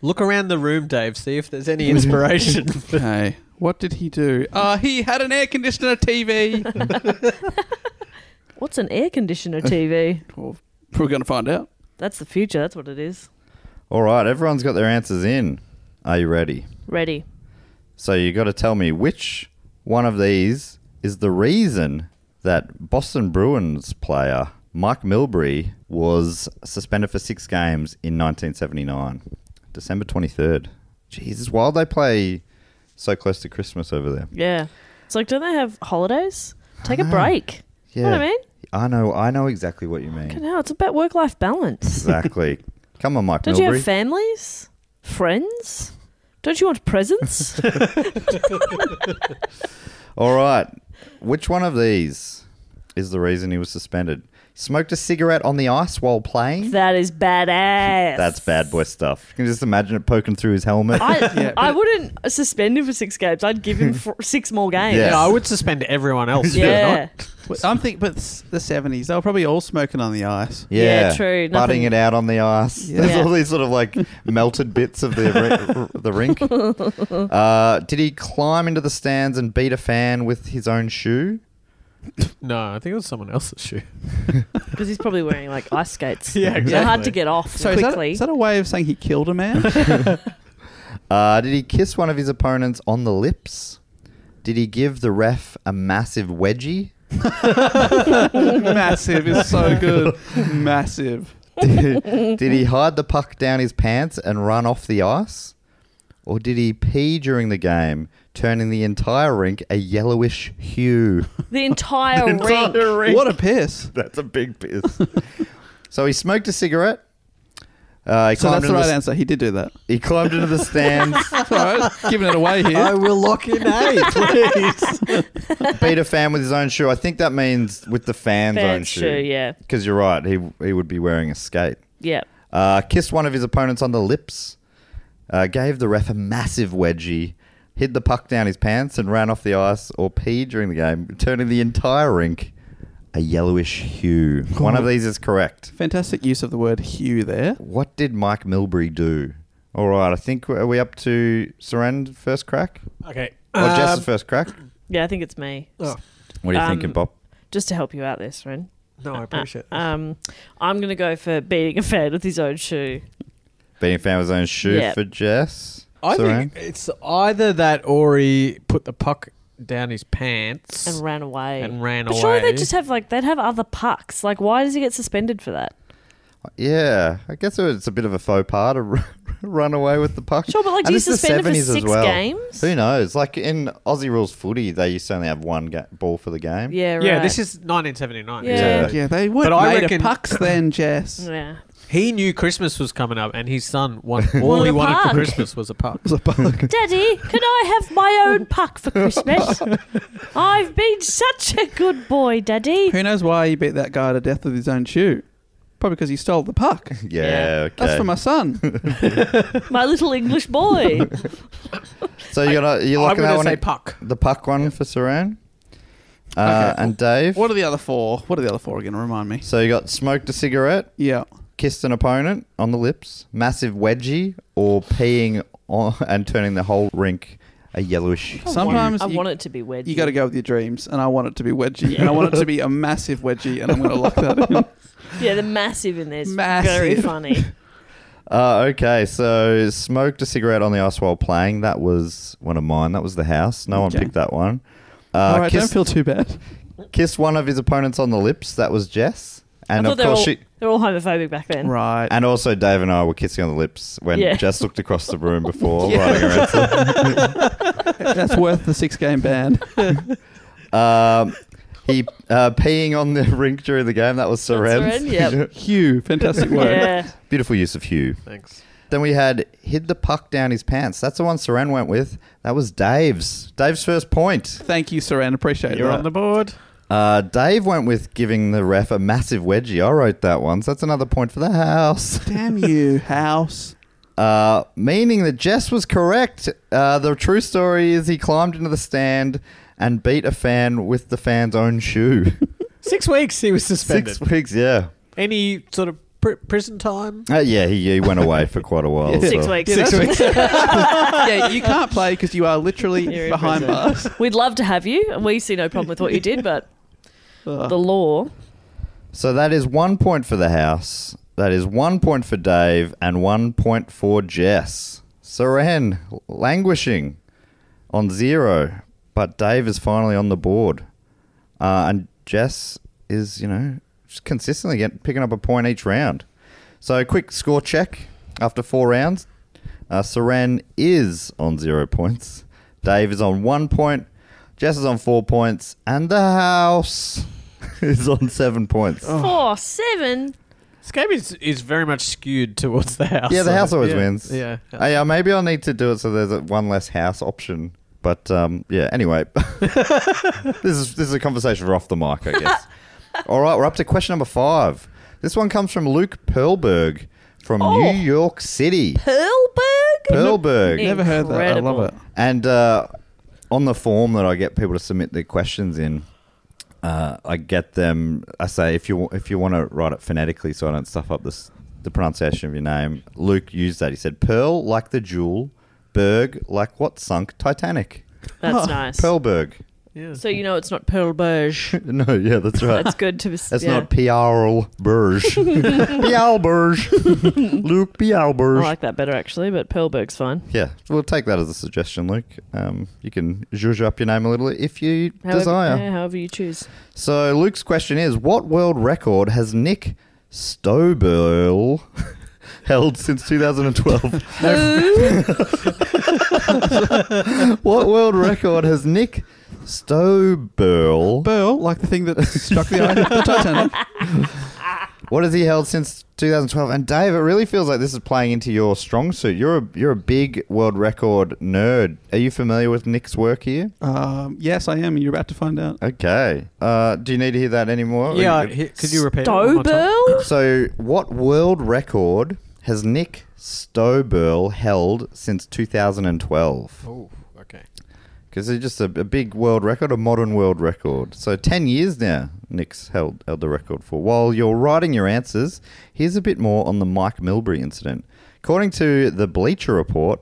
Speaker 5: Look around the room, Dave. See if there's any inspiration.
Speaker 4: Okay. What did he do? Uh, he had an air conditioner TV.
Speaker 3: What's an air conditioner TV?
Speaker 4: Well, We're going to find out.
Speaker 3: That's the future. That's what it is.
Speaker 2: All right, everyone's got their answers in. Are you ready?
Speaker 3: Ready.
Speaker 2: So you got to tell me which one of these is the reason that Boston Bruins player Mike Milbury was suspended for six games in 1979, December 23rd. Jesus, while they play so close to Christmas over there.
Speaker 3: Yeah. It's like, don't they have holidays? Take a break.
Speaker 2: Ah, Yeah,
Speaker 3: Know what I mean?
Speaker 2: I know, I know exactly what you mean.
Speaker 3: No, it's about work-life balance.
Speaker 2: Exactly. Come on, Mike
Speaker 3: Don't you have
Speaker 2: Milbury.
Speaker 3: families, friends? Don't you want presents?
Speaker 2: All right, which one of these is the reason he was suspended. Smoked a cigarette on the ice while playing.
Speaker 3: That is badass.
Speaker 2: That's bad boy stuff. You can just imagine it poking through his helmet.
Speaker 3: I,
Speaker 4: Yeah,
Speaker 3: I
Speaker 4: but-
Speaker 3: wouldn't suspend him for six games. I'd give him four, six more games.
Speaker 2: Yeah.
Speaker 5: Yeah, I would suspend everyone else.
Speaker 3: Yeah.
Speaker 5: Yeah.
Speaker 4: But I'm thinking, but s- the 70s, they were probably all smoking on the ice.
Speaker 2: yeah,
Speaker 3: Yeah, true.
Speaker 2: Butting
Speaker 3: Nothing-
Speaker 2: it out on the ice. There's
Speaker 3: Yeah.
Speaker 2: all these sort of like melted bits of the ri- the rink. Uh, did he climb into the stands and beat a fan with his own shoe?
Speaker 5: No, I think it was someone else's shoe.
Speaker 3: Because he's probably wearing like ice skates.
Speaker 5: Yeah,
Speaker 3: They're hard to
Speaker 5: exactly.
Speaker 3: get off
Speaker 4: So is that,
Speaker 3: quickly.
Speaker 4: is that a way of saying he killed a man?
Speaker 2: Uh, did he kiss one of his opponents on the lips? Did he give the ref a massive wedgie?
Speaker 4: Massive is so good. Massive.
Speaker 2: did he hide the puck down his pants and run off the ice? Or did he pee during the game, turning the entire rink a yellowish hue?
Speaker 3: the entire ring.
Speaker 4: What a piss.
Speaker 2: That's a big piss. so he smoked a cigarette. Uh, he,
Speaker 4: So
Speaker 2: climbed
Speaker 4: that's the
Speaker 2: into
Speaker 4: right
Speaker 2: the,
Speaker 4: answer. He did do that.
Speaker 2: he climbed into the stands,
Speaker 4: That's all right. Giving it away here.
Speaker 5: will lock in A, please.
Speaker 2: beat a fan with his own shoe. I think that means with the fan's, own
Speaker 3: Fan's
Speaker 2: shoe.
Speaker 3: shoe, yeah.
Speaker 2: Because you're right, he, he would be wearing a skate.
Speaker 3: Yeah.
Speaker 2: Uh, kissed one of his opponents on the lips, uh, gave the ref a massive wedgie, hid the puck down his pants and ran off the ice or peed during the game, turning the entire rink a yellowish hue. One of these is correct.
Speaker 4: Fantastic use of the word hue there.
Speaker 2: What did Mike Milbury do? All right, I think are we up to Surrend first crack
Speaker 5: okay.
Speaker 2: or
Speaker 5: Um,
Speaker 2: Jess's first crack?
Speaker 3: Yeah, I think it's me.
Speaker 5: oh,
Speaker 2: What are you
Speaker 3: um,
Speaker 2: thinking, Bob?
Speaker 3: Just to help you out this, Ren.
Speaker 5: no, I appreciate that.
Speaker 3: Um, I'm going to go for beating a fan with his own shoe.
Speaker 2: Being a fan of his own shoe
Speaker 3: yeah.
Speaker 2: for Jess.
Speaker 5: I
Speaker 2: Saran?
Speaker 5: think it's either that or he put the puck down his pants
Speaker 3: And ran away.
Speaker 5: and ran
Speaker 3: but
Speaker 5: away.
Speaker 3: surely they just have like they'd have other pucks. Like, why does he get suspended for that?
Speaker 2: Yeah, I guess it's a bit of a faux pas to r- run away with the puck.
Speaker 3: Sure, but, like, do you
Speaker 2: this is the
Speaker 3: suspend it for
Speaker 2: 70s as
Speaker 3: six games?
Speaker 2: Who knows? Like in Aussie rules footy, they used to only have one ga- ball for the game.
Speaker 3: Yeah, right.
Speaker 5: yeah, this is 1979.
Speaker 3: Yeah.
Speaker 2: Yeah.
Speaker 4: Yeah, they weren't
Speaker 5: But I
Speaker 4: made
Speaker 5: reckon-
Speaker 4: of pucks then, Jess. It
Speaker 3: Yeah.
Speaker 5: He knew Christmas was coming up, and his son wanted all he
Speaker 3: a
Speaker 5: wanted for
Speaker 3: puck.
Speaker 5: Christmas was a puck.
Speaker 4: was a puck.
Speaker 3: Daddy, can I have my own puck for Christmas? I've been such a good boy, Daddy.
Speaker 4: Who knows why he beat that guy to death with his own shoe? Probably because he stole the puck.
Speaker 2: Yeah, okay.
Speaker 4: That's for my son.
Speaker 3: My little English boy.
Speaker 2: so you're, not, you're
Speaker 5: I'm
Speaker 2: looking at
Speaker 5: going
Speaker 2: one
Speaker 5: to say
Speaker 2: at
Speaker 5: puck.
Speaker 2: the puck one for Saran. Uh,
Speaker 4: Okay.
Speaker 2: And Dave.
Speaker 4: what are the other four? What are the other four again? Remind me.
Speaker 2: so you got smoked a cigarette,
Speaker 4: Yeah.
Speaker 2: kissed an opponent on the lips, massive wedgie, or peeing on, and turning the whole rink a yellowish. hue.
Speaker 4: Sometimes
Speaker 3: I
Speaker 4: you-
Speaker 3: want it to be wedgie.
Speaker 4: You got to go with your dreams, and I want it to be wedgie, and I want it to be a massive wedgie, and I'm going to lock that
Speaker 5: Uh,
Speaker 4: in.
Speaker 3: Yeah, the massive in this.
Speaker 4: Massive.
Speaker 3: Very funny.
Speaker 2: Uh, okay, so smoked a cigarette on the ice while playing. That was one of mine. That was the house. No
Speaker 4: Okay.
Speaker 2: one picked that one. Uh,
Speaker 4: All right,
Speaker 2: kissed,
Speaker 4: don't feel too bad.
Speaker 2: kissed one of his opponents on the lips. That was Jess. And
Speaker 3: I
Speaker 2: of
Speaker 3: thought they
Speaker 2: course,
Speaker 3: were all,
Speaker 2: she.
Speaker 3: they're all homophobic back then.
Speaker 4: Right.
Speaker 2: And also, Dave and I were kissing on the lips when
Speaker 3: Yeah.
Speaker 2: Jess looked across the room before
Speaker 4: Yeah.
Speaker 2: writing her answer.
Speaker 4: That's worth the six game ban.
Speaker 2: Um, he uh, peeing on the rink during the game. That was Soren.
Speaker 3: Soren, yep.
Speaker 4: Hugh, fantastic word.
Speaker 3: Yeah.
Speaker 2: Beautiful use of Hugh.
Speaker 5: Thanks.
Speaker 2: Then we had hid the puck down his pants. That's the one Soren went with. That was Dave's. Dave's first point.
Speaker 4: Thank you, Saran. Appreciate
Speaker 5: You're
Speaker 4: that.
Speaker 5: on the board.
Speaker 2: Uh, Dave went with giving the ref a massive wedgie. I wrote that one, so that's another point for the house.
Speaker 4: Damn you, house.
Speaker 2: Uh, meaning that Jess was correct. Uh, the true story is he climbed into the stand and beat a fan with the fan's own shoe.
Speaker 5: Six weeks he was suspended.
Speaker 2: Six weeks, yeah.
Speaker 5: Any sort of pr- prison time?
Speaker 2: Uh, yeah, he, he went away for quite a while.
Speaker 3: Six
Speaker 2: so-
Speaker 3: weeks.
Speaker 4: Six weeks. yeah, you can't play because you are literally
Speaker 3: You're in
Speaker 4: behind
Speaker 3: prison.
Speaker 4: bars.
Speaker 3: We'd love to have you, and we see no problem with what you did, but the law.
Speaker 2: So that is one point for the house. That is one point for Dave and one point for Jess. Soren languishing on zero, but Dave is finally on the board, uh, and Jess is you know just consistently getting picking up a point each round. So a quick score check after four rounds. Uh, Soren is on zero points. Dave is on one point. Jess is on four points, and the house is on seven points.
Speaker 3: Four, seven.
Speaker 5: This game is, is very much skewed towards the house.
Speaker 2: Yeah, the house always
Speaker 5: Yeah.
Speaker 2: wins.
Speaker 5: Yeah.
Speaker 2: Uh, yeah, maybe I'll need to do it so there's a one less house option. But um, yeah, anyway, this is this is a conversation for off the mic, I guess. All right, we're up to question number five. This one comes from Luke Perlberg from New York City.
Speaker 3: Pearlberg?
Speaker 2: Perlberg.
Speaker 4: Never heard that. I love
Speaker 3: Incredible.
Speaker 4: it.
Speaker 2: And uh, on the form that I get people to submit their questions in, uh, I get them. I say if you if you want to write it phonetically, so I don't stuff up this the pronunciation of your name. Luke used that. He said Pearl like the jewel, Berg like what sunk Titanic.
Speaker 3: That's nice.
Speaker 2: Pearlberg.
Speaker 3: So you know it's not Pearlberg.
Speaker 2: No, yeah, that's right.
Speaker 3: That's good to
Speaker 2: That's
Speaker 3: yeah.
Speaker 2: not Pierre Berge. Pierre Berge. Luke Pierre
Speaker 3: I
Speaker 2: Berge.
Speaker 3: like that better actually, but Pearlberg's fine.
Speaker 2: yeah, we'll take that as a suggestion, Luke. Um, you can zhuzh up your name a little if you
Speaker 3: However,
Speaker 2: desire.
Speaker 3: yeah, however you choose.
Speaker 2: So Luke's question is: What world record has Nick Stoberl held since 2012? what world record has Nick Stoberl?
Speaker 4: Burl, like the thing that struck the eye, the Titanic.
Speaker 2: What has he held since 2012? And Dave, it really feels like this is playing into your strong suit. You're a you're a big world record nerd. Are you familiar with Nick's work here?
Speaker 4: Um, yes, I am. and You're about to find out.
Speaker 2: Okay. Uh, do you need to hear that anymore?
Speaker 5: Yeah,
Speaker 2: Or you-
Speaker 5: he- could you repeat it one more time?
Speaker 3: Stoberl?
Speaker 2: So, what world record has Nick Stoberl held since 2012?
Speaker 5: Oh, okay.
Speaker 2: Because it's just a, a big world record, a modern world record. So, 10 years now, Nick's held, held the record for. While you're writing your answers, here's a bit more on the Mike Milbury incident. According to the Bleacher Report,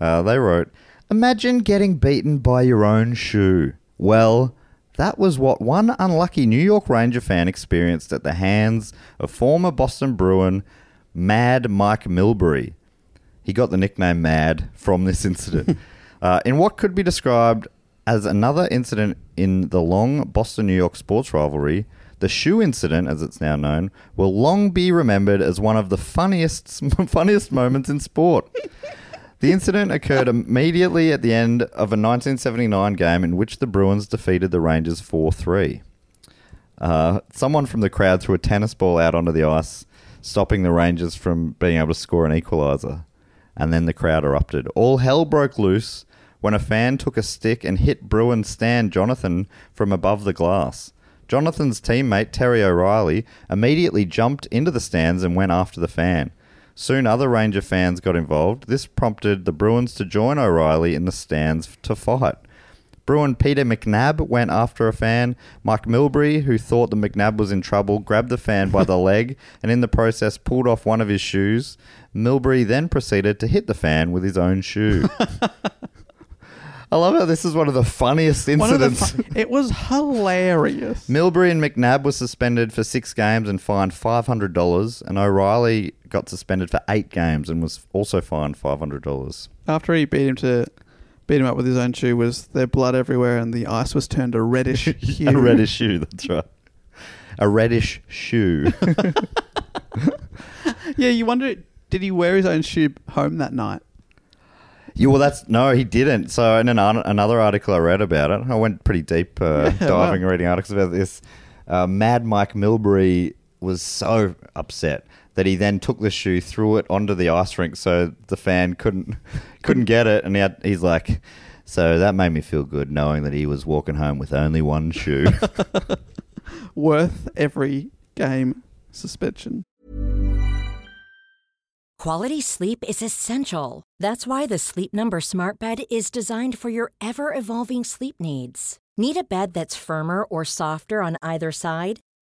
Speaker 2: uh, they wrote, Imagine getting beaten by your own shoe. Well, that was what one unlucky New York Ranger fan experienced at the hands of former Boston Bruin Mad Mike Milbury. He got the nickname Mad from this incident. uh, in what could be described as another incident in the long Boston New York sports rivalry, the shoe incident, as it's now known, will long be remembered as one of the funniest funniest moments in sport. The incident occurred immediately at the end of a 1979 game in which the Bruins defeated the Rangers 4 3. Uh, someone from the crowd threw a tennis ball out onto the ice, stopping the Rangers from being able to score an equaliser. And then the crowd erupted. All hell broke loose when a fan took a stick and hit Bruin Stan Jonathan from above the glass. Jonathan's teammate, Terry O'Reilly, immediately jumped into the stands and went after the fan. Soon other Ranger fans got involved. This prompted the Bruins to join O'Reilly in the stands to fight. Bruin Peter McNabb went after a fan. Mike Milbury, who thought that McNabb was in trouble, grabbed the fan by the leg and in the process pulled off one of his shoes. Milbury then proceeded to hit the fan with his own shoe. I love how this is one of the funniest
Speaker 4: One of the
Speaker 2: incidents.
Speaker 4: fu- it was hilarious.
Speaker 2: Milbury and McNabb were suspended for six games and fined five hundred dollars, and O'Reilly got suspended for eight games and was also fined five hundred dollars.
Speaker 4: After he beat him to beat him up with his own shoe, was there blood everywhere and the ice was turned a reddish hue.
Speaker 2: A reddish shoe, that's right. A reddish shoe.
Speaker 4: Yeah, you wonder did he wear his own shoe home that night?
Speaker 2: yeah, well, that's no, he didn't. So in an, another article I read about it, I went pretty deep uh,
Speaker 4: Yeah,
Speaker 2: diving,
Speaker 4: wow.
Speaker 2: reading articles about this. Uh, Mad Mike Milbury was so upset. That he then took the shoe, threw it onto the ice rink, so the fan couldn't couldn't get it, and he had, he's like, "So that made me feel good, knowing that he was walking home with only one shoe."
Speaker 4: Worth every game suspension.
Speaker 6: Quality sleep is essential. That's why the Sleep Number Smart Bed is designed for your ever evolving sleep needs. Need a bed that's firmer or softer on either side?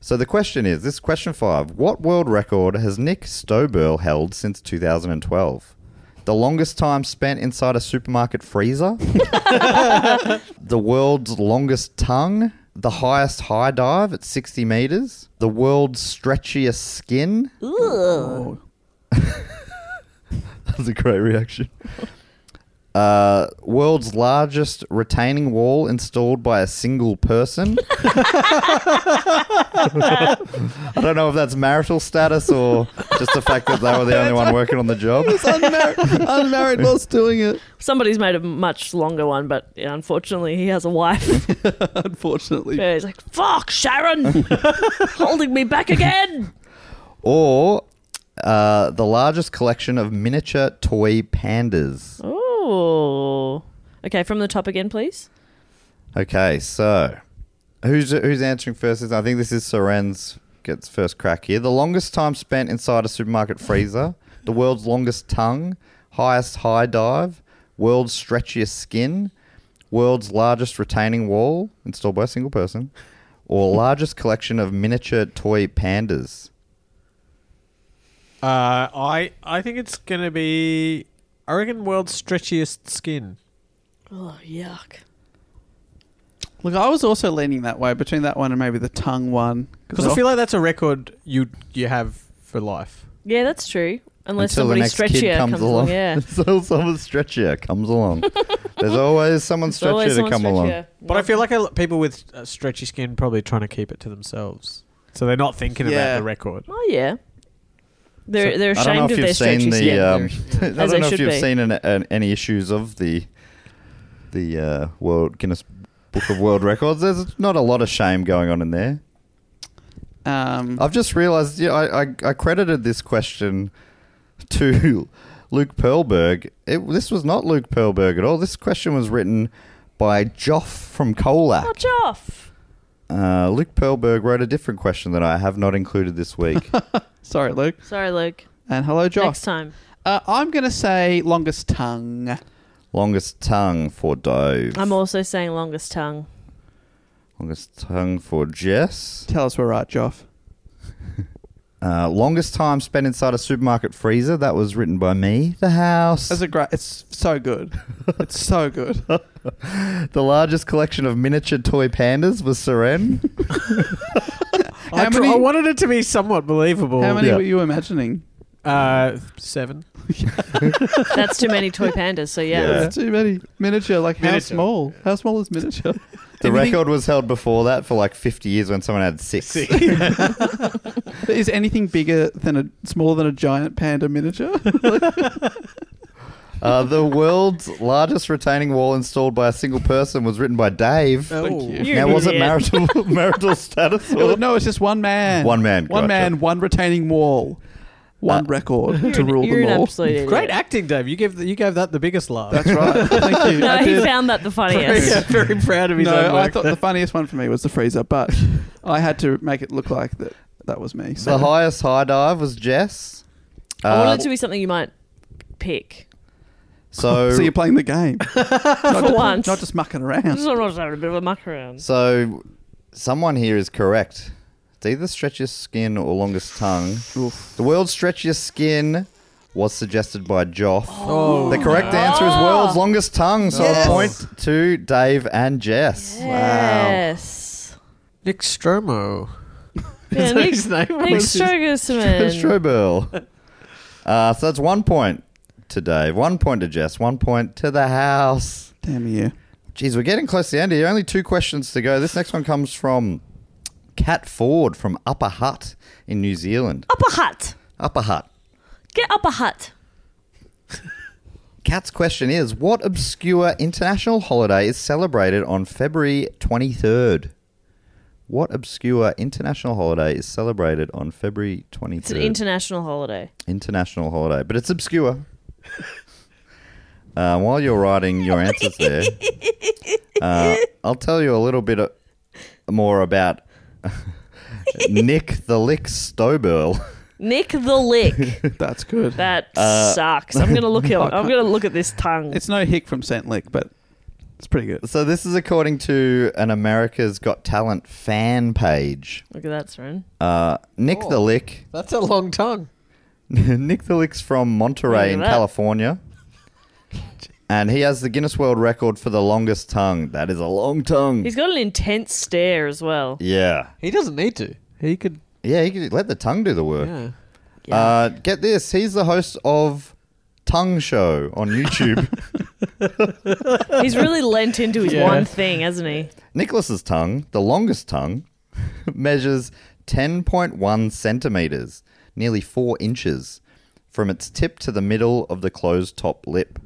Speaker 2: So the question is this is question five What world record has Nick Stoberl held since 2012? The longest time spent inside a supermarket freezer? the world's longest tongue? The highest high dive at 60 meters? The world's stretchiest skin?
Speaker 4: Oh,
Speaker 2: That's a great reaction. Uh, world's largest retaining wall installed by a single person. I don't know if that's marital status or just the fact that they were the only one working on the job.
Speaker 4: unmarried, unmarried whilst doing it.
Speaker 3: Somebody's made a much longer one, but yeah, unfortunately, he has a wife.
Speaker 4: Unfortunately,
Speaker 3: yeah, he's like, "Fuck, Sharon, holding me back again."
Speaker 2: Or uh, the largest collection of miniature toy pandas.
Speaker 3: Oh. Okay, from the top again, please.
Speaker 2: Okay, so who's who's answering first? I think this is Soren's gets first crack here. The longest time spent inside a supermarket freezer, the world's longest tongue, highest high dive, world's stretchiest skin, world's largest retaining wall installed by a single person, or largest collection of miniature toy pandas.
Speaker 5: Uh, I I think it's gonna be. I reckon world's stretchiest skin.
Speaker 3: Oh, yuck.
Speaker 4: look, I was also leaning that way between that one and maybe the tongue one
Speaker 5: Because I feel like that's a record you you have for life.
Speaker 3: Yeah, that's true. Unless somebody stretchier comes, along. Yeah.
Speaker 2: Until someone stretchier comes along. There's always someone
Speaker 3: There's always
Speaker 2: stretchier to
Speaker 3: someone
Speaker 2: come along.
Speaker 3: stretchier.
Speaker 5: But I feel like a lot- people with uh, stretchy skin probably trying to keep it to themselves, so they're not thinking
Speaker 4: Yeah.
Speaker 5: about the record.
Speaker 3: Oh, yeah. They're, they're
Speaker 2: I
Speaker 3: ashamed
Speaker 2: don't know
Speaker 3: of
Speaker 2: if
Speaker 3: their
Speaker 2: you've seen
Speaker 3: stretchy
Speaker 2: the.
Speaker 3: skin.
Speaker 2: um, I
Speaker 3: As they
Speaker 2: don't know if
Speaker 3: should
Speaker 2: you've
Speaker 3: be.
Speaker 2: seen an, an, any issues of the the uh, world Guinness Book of World Records. There's not a lot of shame going on in there.
Speaker 4: Um,
Speaker 2: I've just realised. Yeah, I, I I credited this question to Luke Perlberg. It, this was not Luke Perlberg at all. This question was written by Joff from Colac.
Speaker 3: Watch off.
Speaker 2: Uh, Luke Perlberg wrote a different question that I have not included this week.
Speaker 4: sorry, Luke,
Speaker 3: Sorry, Luke.
Speaker 4: and hello,
Speaker 3: Next
Speaker 4: Josh.
Speaker 3: time.
Speaker 4: Uh, I'm gonna say longest tongue.
Speaker 2: Longest tongue for Dove.
Speaker 3: I'm also saying longest tongue.
Speaker 2: Longest tongue for Jess.
Speaker 4: Tell us we're right, Joff.
Speaker 2: Uh, longest time spent inside a supermarket freezer. That was written by me. The house.
Speaker 4: That's a great. It's so good. It's so good.
Speaker 2: the largest collection of miniature toy pandas was Seren.
Speaker 5: I,
Speaker 4: How
Speaker 5: tr-
Speaker 4: many-
Speaker 5: I wanted it to be somewhat believable.
Speaker 4: How many
Speaker 2: Yeah.
Speaker 4: were you imagining?
Speaker 5: Uh, seven.
Speaker 3: That's too many toy pandas, so yeah.
Speaker 2: Yeah.
Speaker 4: That's too many. Miniature, like how
Speaker 5: Miniature.
Speaker 4: small? How small is miniature?
Speaker 2: the
Speaker 4: Anything-
Speaker 2: record was held before that for like 50 years when someone had six.
Speaker 4: Is anything bigger than a smaller than a giant panda miniature?
Speaker 2: Uh, the world's largest retaining wall installed by a single person was written by Dave.
Speaker 5: Thank you.
Speaker 3: You
Speaker 2: now, was it
Speaker 3: idiot.
Speaker 2: marital, marital status?
Speaker 4: Oh, It was-
Speaker 2: Or?
Speaker 4: no, it's just one man.
Speaker 2: One man,
Speaker 4: One
Speaker 2: gotcha.
Speaker 4: man, one retaining wall, one
Speaker 2: Uh,
Speaker 4: record
Speaker 3: You're
Speaker 4: to
Speaker 3: an-
Speaker 4: rule
Speaker 3: you're
Speaker 4: them
Speaker 3: an
Speaker 4: all.
Speaker 3: absolute idiot.
Speaker 5: Great acting, Dave. You gave the, you gave that the biggest laugh.
Speaker 4: That's right. Thank you.
Speaker 3: No,
Speaker 4: I
Speaker 3: he
Speaker 4: did.
Speaker 3: found that the funniest.
Speaker 5: yeah, very proud of his own
Speaker 4: no,
Speaker 5: work.
Speaker 4: I thought the funniest one for me was the freezer, but I had to make it look like that that was me. So
Speaker 2: The highest high dive was Jess.
Speaker 3: I
Speaker 2: Uh,
Speaker 3: want it to be something you might pick.
Speaker 2: so,
Speaker 4: So you're playing the game. not, just,
Speaker 3: once.
Speaker 4: not just mucking around.
Speaker 3: Just want to have a bit of a muck around.
Speaker 2: So, someone here is correct. It's either stretchiest skin or longest tongue. The world's stretchiest skin was suggested by Joff. the correct answer is world's longest tongue. So, a point to Dave and Jess.
Speaker 3: Yes.
Speaker 5: Nick Stromo.
Speaker 3: Yeah,
Speaker 5: that
Speaker 3: Nick,
Speaker 5: his name? What
Speaker 3: Nick
Speaker 5: was his-
Speaker 3: Strogerson.
Speaker 2: Strobel. Uh, so, that's one point to Dave, one point to Jess, one point to the house.
Speaker 4: Damn you.
Speaker 2: Geez, we're getting close to the end here. Only two questions to go. This next one comes from Kat Ford from Upper Hutt in New Zealand.
Speaker 3: Upper hut.
Speaker 2: Upper Hutt.
Speaker 3: Get upper hut.
Speaker 2: Kat's question is What obscure international holiday is celebrated on February 23rd? What obscure international holiday is celebrated on February 23rd?
Speaker 3: It's an international holiday.
Speaker 2: international holiday, but it's obscure. uh, while you're writing your answers there, uh, I'll tell you a little bit uh, more about Nick the Lick Stoberl.
Speaker 3: Nick the lick.
Speaker 4: That's good.
Speaker 3: That sucks. I'm gonna look at. I'm gonna look at this tongue.
Speaker 4: It's no hick from St. Lick, but it's pretty good.
Speaker 2: So this is according to an America's Got Talent fan page.
Speaker 3: Look at that, Seren.
Speaker 2: Uh, Nick
Speaker 3: Oh.
Speaker 2: the Lick.
Speaker 5: That's a long tongue.
Speaker 2: Nick the Lick's from
Speaker 3: Look at
Speaker 2: Monterey in
Speaker 3: that.
Speaker 2: California. And he has the Guinness World Record for the longest tongue. That is a long tongue.
Speaker 3: He's got an intense stare as well.
Speaker 2: yeah.
Speaker 5: He doesn't need to. He could.
Speaker 2: Yeah, he could let the tongue do the work.
Speaker 5: Yeah.
Speaker 3: Yeah.
Speaker 2: Uh, get this. He's the host of Tongue Show on YouTube.
Speaker 3: He's really lent into his
Speaker 5: Yeah.
Speaker 3: one thing, hasn't he?
Speaker 2: Nicholas's tongue, the longest tongue, measures 10.1 centimeters, nearly four inches, from its tip to the middle of the closed top lip.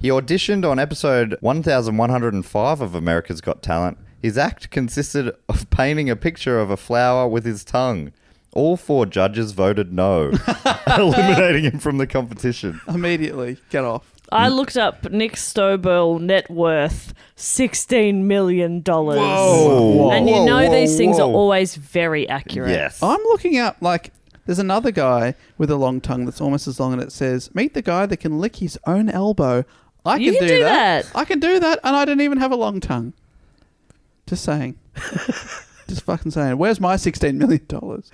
Speaker 2: He auditioned on episode 1105 of America's Got Talent. His act consisted of painting a picture of a flower with his tongue. All four judges voted no, eliminating him from the competition.
Speaker 4: Immediately, get off.
Speaker 3: I looked up Nick Stobel net worth sixteen million dollars.
Speaker 2: Whoa.
Speaker 3: And you
Speaker 2: Whoa,
Speaker 3: know
Speaker 2: whoa,
Speaker 3: these things are
Speaker 2: whoa.
Speaker 3: always very accurate.
Speaker 2: Yes.
Speaker 4: I'm looking up like there's another guy with a long tongue that's almost as long, and it says, "Meet the guy that can lick his own elbow." I
Speaker 3: You can
Speaker 4: do,
Speaker 3: do that.
Speaker 4: I can do that, and I don't even have a long tongue. Just saying. Just fucking saying. Where's my sixteen million dollars?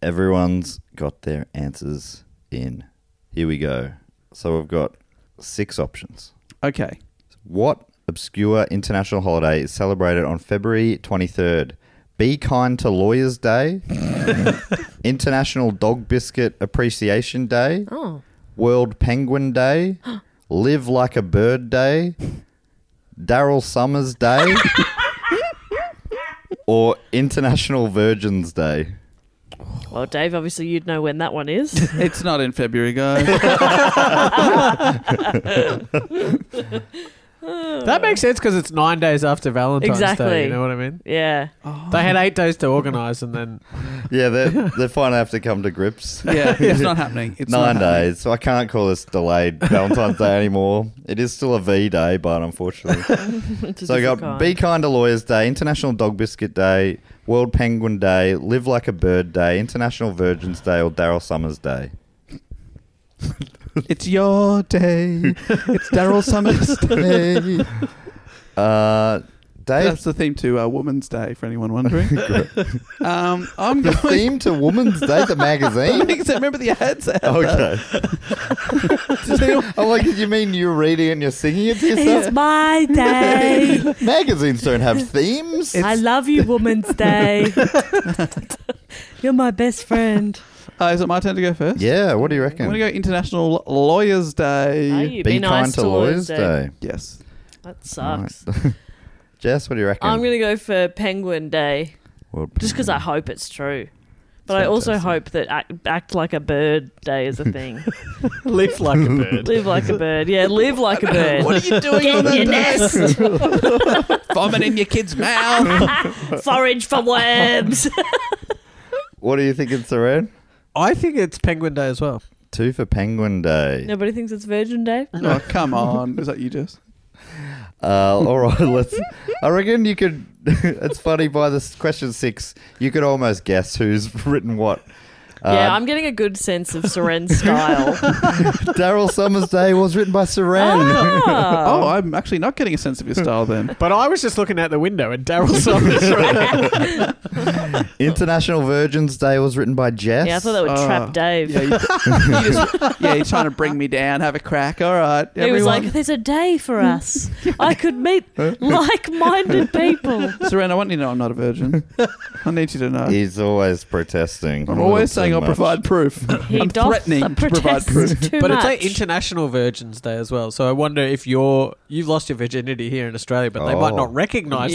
Speaker 2: Everyone's got their answers in. Here we go. So we've got six options.
Speaker 4: Okay.
Speaker 2: What obscure international holiday is celebrated on February 23rd? Be Kind to Lawyers Day, International Dog Biscuit Appreciation Day,
Speaker 3: Oh.
Speaker 2: World Penguin Day, Live Like a Bird Day, Daryl Summers Day, or International Virgins Day.
Speaker 3: Well, Dave, obviously you'd know when that one is.
Speaker 4: It's not in February, guys.
Speaker 5: That makes sense because it's nine days after Valentine's Day.
Speaker 3: Exactly.
Speaker 5: You know what I mean?
Speaker 3: yeah.
Speaker 5: They had eight days to organise, and then
Speaker 2: Yeah, they they finally have to come to grips.
Speaker 4: yeah, it's not happening. It's
Speaker 2: Nine
Speaker 4: not happening.
Speaker 2: days, so I can't call this delayed Valentine's Day anymore. It is still a V day, but unfortunately.
Speaker 3: It's a
Speaker 2: so I got
Speaker 3: different kind.
Speaker 2: Be Kind to Lawyers Day, International Dog Biscuit Day, World Penguin Day, Live Like a Bird Day, International Virgins Day, or Daryl Summers Day.
Speaker 4: It's your day. It's Daryl Summers Day.
Speaker 2: Uh,
Speaker 4: That's
Speaker 2: Dave,
Speaker 4: the theme to uh, Woman's Day, for anyone wondering. um, I'm
Speaker 2: the
Speaker 4: going.
Speaker 2: theme to Woman's Day, the magazine?
Speaker 4: Because I remember the ads. Uh, Out
Speaker 2: Okay.
Speaker 4: Does anyone-
Speaker 2: I'm like, you mean you're reading and you're singing it to yourself?
Speaker 3: It's my day.
Speaker 2: Magazines don't have themes.
Speaker 3: I love you, Woman's Day. You're my best friend.
Speaker 4: uh, is it my turn to go first?
Speaker 2: yeah, what do you reckon?
Speaker 4: I'm going to go International Lawyers Day.
Speaker 3: Are you?
Speaker 2: Be,
Speaker 3: Be
Speaker 2: Kind
Speaker 3: nice
Speaker 2: to
Speaker 3: to
Speaker 2: Lawyers
Speaker 3: Lawyers
Speaker 2: Day.
Speaker 3: Day.
Speaker 4: Yes.
Speaker 3: That sucks.
Speaker 2: Right. Jess, what do you reckon?
Speaker 3: I'm going to go for Penguin Day
Speaker 2: World
Speaker 3: just because I hope it's true. But I also hope that act, act like a bird day is a thing.
Speaker 5: live like a bird.
Speaker 3: live like a bird. Yeah, live like a bird.
Speaker 4: What are you doing
Speaker 3: Get
Speaker 4: on
Speaker 3: in your
Speaker 4: that
Speaker 3: nest.
Speaker 4: Vomit in your kid's mouth.
Speaker 3: Forage for worms.
Speaker 2: What do you think it's around?
Speaker 5: I think it's Penguin Day as well.
Speaker 2: Two for Penguin Day.
Speaker 3: Nobody thinks it's Virgin Day.
Speaker 4: oh, come on. Is that you, Jess?
Speaker 2: Uh, all right, let's. I reckon you could. it's funny by this question six, you could almost guess who's written what. Uh,
Speaker 3: yeah, I'm getting a good sense of Soren's style.
Speaker 2: Daryl Summers Day was written by Saran.
Speaker 3: Ah.
Speaker 4: Oh, I'm actually not getting a sense of your style then.
Speaker 5: But I was just looking out the window, and Daryl Summers.
Speaker 2: International Virgins Day was written by Jess.
Speaker 3: Yeah, I thought that would
Speaker 4: Oh,
Speaker 3: trap Dave.
Speaker 4: Yeah, you, you just- yeah, you're trying to bring me down, have a crack. All right.
Speaker 3: He was
Speaker 4: everyone.
Speaker 3: like, "There's a day for us. I could meet like-minded people."
Speaker 4: Saran, I want you to know I'm not a virgin. I need you to know.
Speaker 2: He's always protesting.
Speaker 4: I'm
Speaker 2: a
Speaker 4: always
Speaker 2: little
Speaker 4: saying
Speaker 2: too
Speaker 4: I'll
Speaker 2: much.
Speaker 4: provide proof.
Speaker 3: He
Speaker 4: I'm
Speaker 3: doth
Speaker 4: threatening to provide
Speaker 3: protest
Speaker 4: proof.
Speaker 3: too
Speaker 5: but
Speaker 3: much.
Speaker 5: it's like International Virgins Day as well. So I wonder if you're you've lost your virginity here in Australia, but they might
Speaker 2: Oh.
Speaker 5: not recognise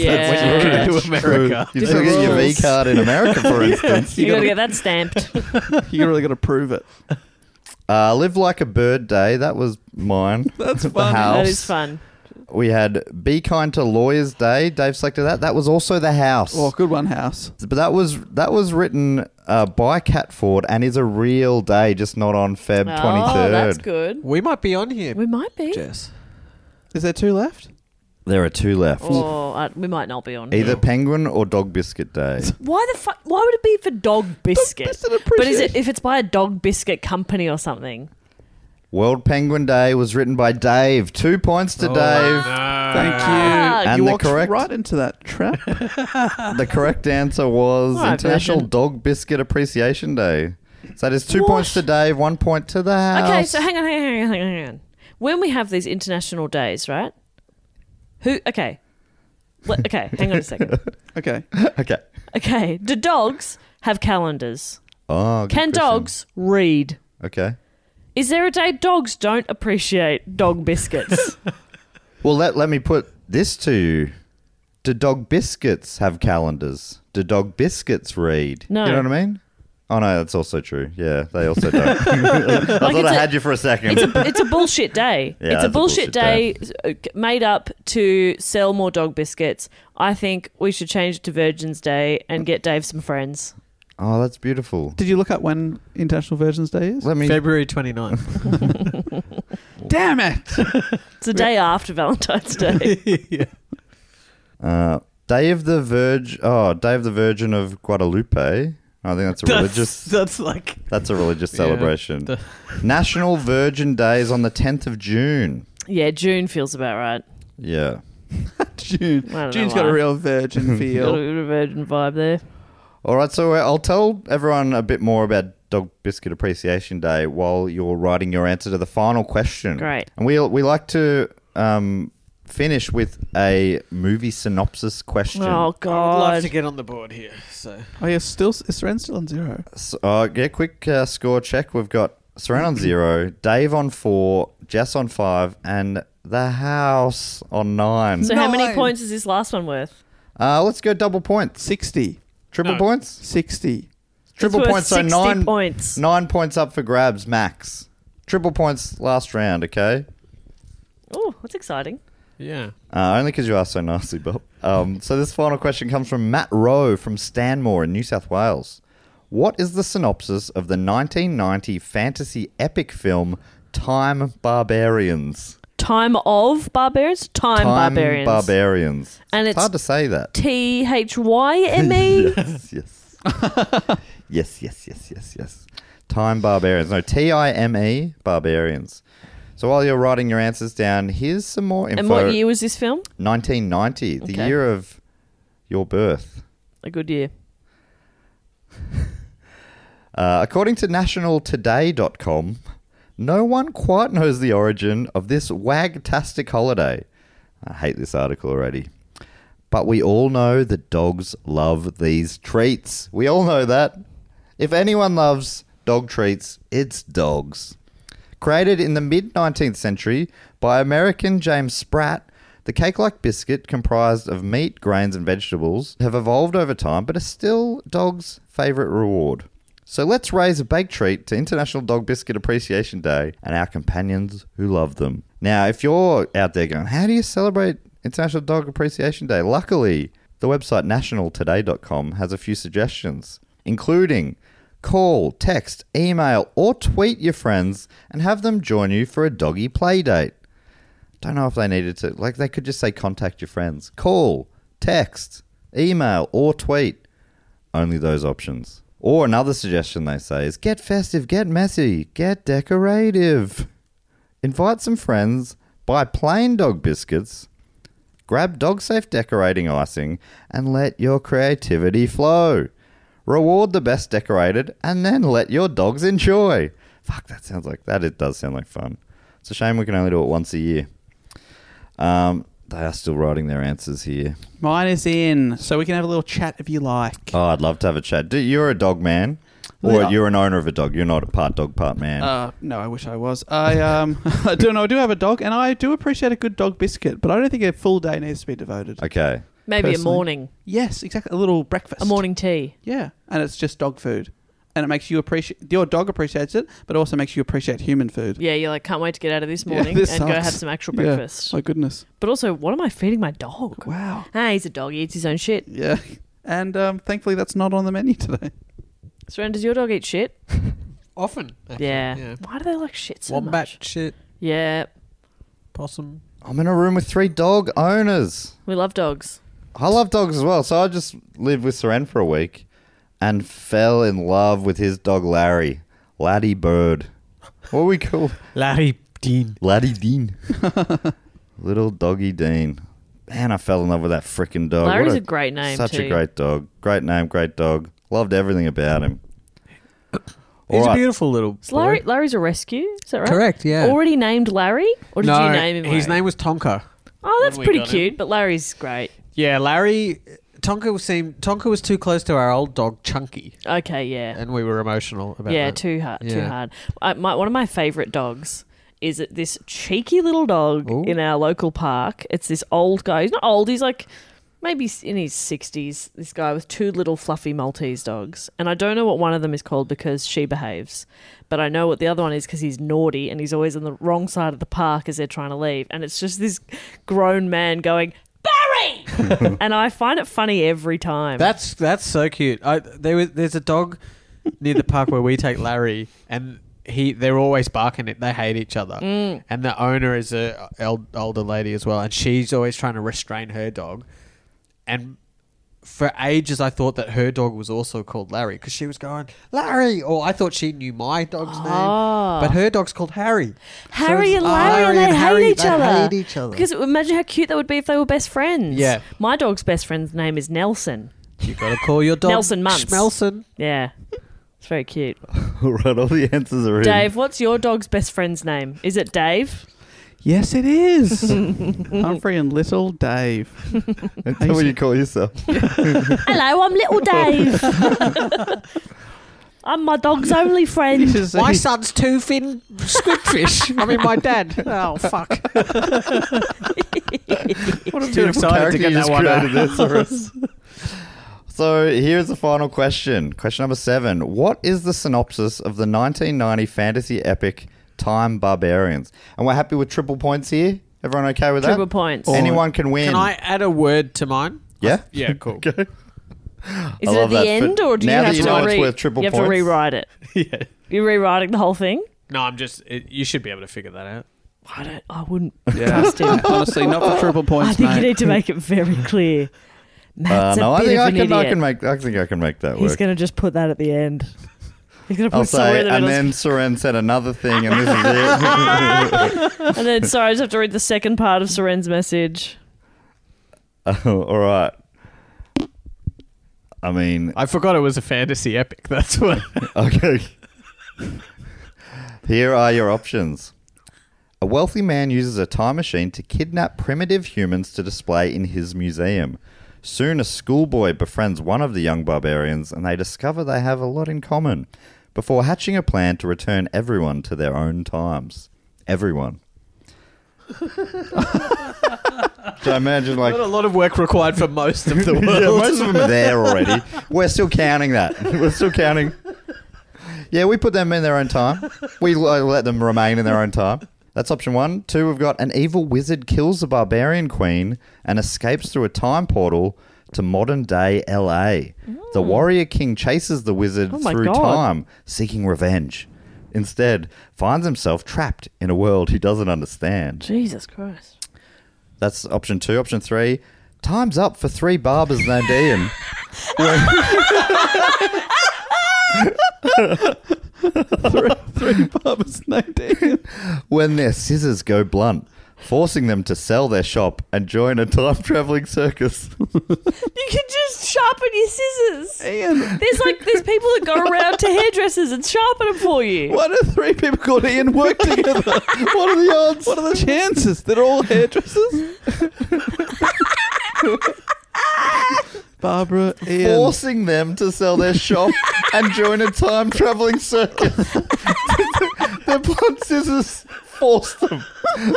Speaker 3: Yeah.
Speaker 5: that when you go to
Speaker 2: True.
Speaker 5: America.
Speaker 2: You still get your V card in America, for instance.
Speaker 3: you got to get that stamped.
Speaker 4: You really got to prove it.
Speaker 2: Uh, Live Like a Bird Day, that was mine.
Speaker 4: That's
Speaker 2: The
Speaker 4: fun.
Speaker 2: house.
Speaker 3: that is fun.
Speaker 2: We had Be Kind to Lawyers Day. Dave selected that. That was also the house.
Speaker 4: Oh, good one, House.
Speaker 2: But that was that was written uh, by Cat Ford and is a real day, just not on Feb twenty third.
Speaker 3: Oh, that's good.
Speaker 5: We might be on here,
Speaker 3: We might be.
Speaker 5: Jess.
Speaker 4: Is there two left?
Speaker 2: There are two left.
Speaker 3: Or uh, we might not be on.
Speaker 2: Either Penguin or Dog Biscuit Day.
Speaker 3: Why the fuck? Why would it be for dog biscuit?
Speaker 4: biscuit
Speaker 3: but is it if it's by a dog biscuit company or something?
Speaker 2: World Penguin Day was written by Dave. Two points to Dave.
Speaker 4: Thank you.
Speaker 3: Ah,
Speaker 2: And
Speaker 4: you
Speaker 2: the
Speaker 4: walked
Speaker 2: correct
Speaker 4: right into that trap.
Speaker 2: the correct answer was
Speaker 3: All right,
Speaker 2: International
Speaker 3: Virgin.
Speaker 2: Dog Biscuit Appreciation Day. So that is two points to Dave, one point to the house.
Speaker 3: Okay, so hang on, hang on, hang on, hang on, hang on. When we have these international days, right? Who? Okay. Let- okay, hang on a second.
Speaker 4: Okay.
Speaker 2: okay.
Speaker 3: Okay, do dogs have calendars?
Speaker 2: Oh, good
Speaker 3: Can
Speaker 2: question.
Speaker 3: dogs read?
Speaker 2: Okay.
Speaker 3: Is there a day dogs don't appreciate dog biscuits?
Speaker 2: Well, let, let me put this to you. Do dog biscuits have calendars? Do dog biscuits read?
Speaker 3: No.
Speaker 2: You know what I mean? Oh, no, that's also true. Yeah, they also don't. I thought
Speaker 3: it's
Speaker 2: I
Speaker 3: a-
Speaker 2: had you for a second.
Speaker 3: it's a it's a bullshit day.
Speaker 2: Yeah,
Speaker 3: it's a
Speaker 2: it's a bullshit
Speaker 3: bullshit,
Speaker 2: day.
Speaker 3: day uh, made up to sell more dog biscuits. I think we should change it to Virgins Day and get Dave some friends.
Speaker 2: oh, that's beautiful.
Speaker 4: Did you look up when International Virgins Day is?
Speaker 2: Let me.
Speaker 5: February 29th.
Speaker 4: Damn it!
Speaker 3: It's a day after Valentine's Day.
Speaker 2: Uh, Day of the Virgin. Oh, Day of the Virgin of Guadalupe. I think that's a religious.
Speaker 5: that's like
Speaker 2: That's a religious celebration. National Virgin Day is on the 10th of June.
Speaker 3: yeah, June feels about right.
Speaker 2: Yeah.
Speaker 4: June.
Speaker 3: I don't know
Speaker 4: June's got a
Speaker 3: why.
Speaker 4: real virgin
Speaker 3: Got a
Speaker 4: feel.
Speaker 3: bit of a virgin vibe there.
Speaker 2: All right, so uh, I'll tell everyone a bit more about Dog Biscuit Appreciation Day while you're writing your answer to the final question.
Speaker 3: Great.
Speaker 2: And we we like to um, finish with a movie synopsis question.
Speaker 3: Oh
Speaker 5: I'd love
Speaker 3: God!
Speaker 5: to get on the board here. So
Speaker 4: oh, yeah, still, is Seren still on zero?
Speaker 2: So, uh, yeah, quick uh, score check. We've got Saran on zero, Dave on four, Jess on five, and the house on nine.
Speaker 3: so how many
Speaker 4: Nine.
Speaker 3: points is this last one worth?
Speaker 2: Uh, let's go double points,
Speaker 4: 60.
Speaker 2: triple points,
Speaker 4: 60.
Speaker 2: triple
Speaker 3: worth
Speaker 2: points. So
Speaker 3: 60
Speaker 2: nine
Speaker 3: points.
Speaker 2: Nine points up for grabs, max. Triple points last round. Okay.
Speaker 3: Oh, that's exciting.
Speaker 5: yeah,
Speaker 2: Uh, only because you asked so nicely, Bob. Um, so this final question comes from Matt Rowe from Stanmore in New South Wales. What is the synopsis of the 1990 fantasy epic film Time Barbarians?
Speaker 3: Time of barbarians. Time, barbarians.
Speaker 2: Barbarians.
Speaker 3: And
Speaker 2: it's,
Speaker 3: it's-
Speaker 2: hard to say that.
Speaker 3: T H Y M E.
Speaker 2: yes, yes. yes, yes, yes, yes, yes. Time Barbarians. No, T I M E Barbarians. So while you're writing your answers down, here's some more info.
Speaker 3: And what year was this film?
Speaker 2: 1990, the
Speaker 3: Okay.
Speaker 2: year of your birth.
Speaker 3: A good year.
Speaker 2: Uh, according to nationaltoday.com, no one quite knows the origin of this wagtastic holiday. I hate this article already. But we all know that dogs love these treats. We all know that. If anyone loves dog treats, it's dogs. Created in the mid 19th century by American James Spratt, the cake like biscuit, comprised of meat, grains, and vegetables, have evolved over time but are still dogs' favourite reward. So let's raise a bake treat to International Dog Biscuit Appreciation Day and our companions who love them. Now, if you're out there going, how do you celebrate International Dog Appreciation Day? Luckily, the website nationaltoday.com has a few suggestions, including Call, text, email, or tweet your friends and have them join you for a doggy play date. Don't know if they needed to. Like, they could just say contact your friends. Call, text, email, or tweet. Only those options. Or another suggestion they say is get festive, get messy, get decorative. Invite some friends, buy plain dog biscuits, grab dog safe decorating icing, and let your creativity flow. Reward the best decorated, and then let your dogs enjoy. Fuck, that sounds like that. It does sound like fun. It's a shame we can only do it once a year. Um, they are still writing their answers here.
Speaker 4: Mine is in, so we can have a little chat if you like.
Speaker 2: Oh, I'd love to have a chat. Do- You're a dog man, or
Speaker 4: Yeah.
Speaker 2: you're an owner of a dog. You're not a part dog, part man.
Speaker 4: Uh, no, I wish I was. I um, I do know I do have a dog, and I do appreciate a good dog biscuit, but I don't think a full day needs to be devoted.
Speaker 2: okay.
Speaker 3: Maybe
Speaker 4: Personally.
Speaker 3: a morning.
Speaker 4: Yes, exactly. A little breakfast.
Speaker 3: A morning tea.
Speaker 4: Yeah, and it's just dog food, and it makes you appreciate your dog appreciates it, but it also makes you appreciate human food.
Speaker 3: Yeah, you're like, can't wait to get out of this
Speaker 4: Yeah,
Speaker 3: morning
Speaker 4: this
Speaker 3: and go
Speaker 4: sucks.
Speaker 3: have some actual
Speaker 4: Yeah.
Speaker 3: breakfast.
Speaker 4: My goodness.
Speaker 3: But also, what am I feeding my dog?
Speaker 4: Wow.
Speaker 3: Ah, he's a dog. He eats his own shit.
Speaker 4: Yeah. And um, thankfully, that's not on the menu today.
Speaker 3: Saran, does your dog eat shit?
Speaker 5: often. actually,
Speaker 3: Yeah.
Speaker 5: yeah.
Speaker 3: Why do they like shit so
Speaker 5: Wombat
Speaker 3: much?
Speaker 5: shit,
Speaker 3: Yeah,
Speaker 5: possum.
Speaker 2: I'm in a room with three dog owners.
Speaker 3: we love dogs.
Speaker 2: I love dogs as well. So I just lived with Seren for a week and fell in love with his dog Larry. Laddie Bird. What we call
Speaker 5: Larry Dean.
Speaker 2: Laddie Dean. Little doggy Dean. Man, I fell in love with that freaking dog.
Speaker 3: Larry's
Speaker 2: What
Speaker 3: a great name,
Speaker 2: Such a
Speaker 3: too.
Speaker 2: great dog. Great name, great dog. Loved everything about him.
Speaker 5: He's
Speaker 2: Alright.
Speaker 5: a beautiful little.
Speaker 3: Is Larry,
Speaker 5: boy.
Speaker 3: Larry's a rescue? Is that right?
Speaker 5: Correct, yeah.
Speaker 3: Already named Larry? Or did
Speaker 5: no,
Speaker 3: you name him?
Speaker 5: his
Speaker 3: Larry?
Speaker 5: name was Tonka.
Speaker 3: Oh, that's
Speaker 5: when we
Speaker 3: pretty
Speaker 5: got
Speaker 3: cute, but Larry's great.
Speaker 5: Yeah, Larry. Tonka seemed Tonka was too close to our old dog Chunky,
Speaker 3: Okay, yeah.
Speaker 5: and we were emotional about
Speaker 3: yeah,
Speaker 5: that.
Speaker 3: too hard, too
Speaker 5: Yeah.
Speaker 3: hard. I, my, one of my favorite dogs is it this cheeky little dog
Speaker 5: Ooh.
Speaker 3: in our local park. It's this old guy. He's not old. He's like maybe s- in his sixties. This guy with two little fluffy Maltese dogs, and I don't know what one of them is called because she behaves, but I know what the other one is because he's naughty and he's always on the wrong side of the park as they're trying to leave, and it's just this grown man going. Barry! and I find it funny every time.
Speaker 5: That's that's so cute. I there was there's a dog near the park where we take Larry, and he they're always barking. It they hate each other,
Speaker 3: Mm.
Speaker 5: and the owner is a el- older lady as well, and she's always trying to restrain her dog, and. For ages, I thought that her dog was also called Larry because she was going Larry, or I thought she knew my dog's name, but her dog's called Harry. So
Speaker 3: Ah. Harry
Speaker 5: it's
Speaker 3: and Larry, and they hate
Speaker 5: Harry,
Speaker 3: each
Speaker 5: they
Speaker 3: other.
Speaker 5: hate each other.
Speaker 3: Because imagine how cute that would be if they were best friends.
Speaker 5: Yeah.
Speaker 3: My dog's best friend's name is Nelson.
Speaker 5: you got to call your dog
Speaker 3: Nelson Muntz.
Speaker 5: Schmelson.
Speaker 3: Yeah. It's very cute.
Speaker 2: right, all the answers are in.
Speaker 3: Dave, what's your dog's best friend's name? Is it Dave?
Speaker 4: Yes, it is. Humphrey and Little Dave.
Speaker 2: That's what you call yourself.
Speaker 3: Hello, I'm little Dave. I'm my dog's only
Speaker 4: This
Speaker 3: friend.
Speaker 4: is
Speaker 5: My
Speaker 4: a-
Speaker 5: son's two fin squidfish. I mean, my dad. Oh fuck!
Speaker 2: What a
Speaker 5: beautiful excited to get that one out.
Speaker 2: there for us. So here's the final question. Question number seven. What is the synopsis of the 1990 fantasy epic Time Barbarians? And we're happy with triple points here? Everyone okay with
Speaker 3: Triple
Speaker 2: that?
Speaker 3: points.
Speaker 2: Anyone can win. Uh,
Speaker 5: Can I add a word to mine?
Speaker 2: Yeah?
Speaker 5: Yeah, cool.
Speaker 2: Okay.
Speaker 3: Is
Speaker 2: I
Speaker 3: it at
Speaker 2: love
Speaker 3: the
Speaker 2: that,
Speaker 3: end
Speaker 2: but
Speaker 3: or do you
Speaker 2: now that
Speaker 3: have
Speaker 2: you
Speaker 3: to
Speaker 2: know it's
Speaker 3: re-
Speaker 2: worth triple
Speaker 3: You have to
Speaker 2: points.
Speaker 3: rewrite it.
Speaker 5: yeah.
Speaker 3: You're rewriting the whole thing?
Speaker 5: No, I'm just. It, you should be able to figure that out.
Speaker 3: I don't I wouldn't trust him.
Speaker 4: Honestly, not for triple points,
Speaker 3: I think
Speaker 4: mate.
Speaker 3: you need to make it very clear.
Speaker 2: Uh,
Speaker 3: Matt's
Speaker 2: no,
Speaker 3: a
Speaker 2: I
Speaker 3: bit
Speaker 2: think
Speaker 3: of
Speaker 2: I
Speaker 3: an
Speaker 2: can, I
Speaker 3: idiot.
Speaker 2: can make I think I can make that
Speaker 3: He's
Speaker 2: work.
Speaker 3: going to just put that at the end. He's going to put
Speaker 2: I'll
Speaker 3: somewhere in
Speaker 2: say
Speaker 3: the
Speaker 2: and
Speaker 3: middle.
Speaker 2: then Soren said another thing and this is it.
Speaker 3: and then, sorry, I just have to read the second part of Soren's message.
Speaker 2: Oh, all right. I mean
Speaker 5: I forgot it was a fantasy epic. That's what.
Speaker 2: Okay. Here are your options. A wealthy man uses a time machine to kidnap primitive humans to display in his museum. Soon, a schoolboy befriends one of the young barbarians, and they discover they have a lot in common before hatching a plan to return everyone to their own times. Everyone. so I imagine, like,
Speaker 5: Not a lot of work required for most of the world.
Speaker 2: yeah, most of them are there already. We're still counting that. We're still counting. Yeah, we put them in their own time. We l- uh, let them remain in their own time. That's option one. Two, we've got an evil wizard kills the barbarian queen and escapes through a time portal to modern day LA. The warrior king chases the wizard
Speaker 3: Hmm. Oh my
Speaker 2: through
Speaker 3: God.
Speaker 2: time, seeking revenge. Instead, finds himself trapped in a world he doesn't understand.
Speaker 3: Jesus Christ.
Speaker 2: That's option two. Option three, time's up for three barbers named Ian.
Speaker 4: Barbara's named Ian.
Speaker 2: when their scissors go blunt, forcing them to sell their shop and join a time traveling circus.
Speaker 3: You can just sharpen your scissors.
Speaker 4: Ian.
Speaker 3: There's like there's people that go around to hairdressers and sharpen them for you.
Speaker 4: Why do three people called Ian work together? what are the odds? What are the chances? They're all hairdressers. Barbara, Ian.
Speaker 2: Forcing them to sell their shop and join a time traveling circus. their blunt scissors force them.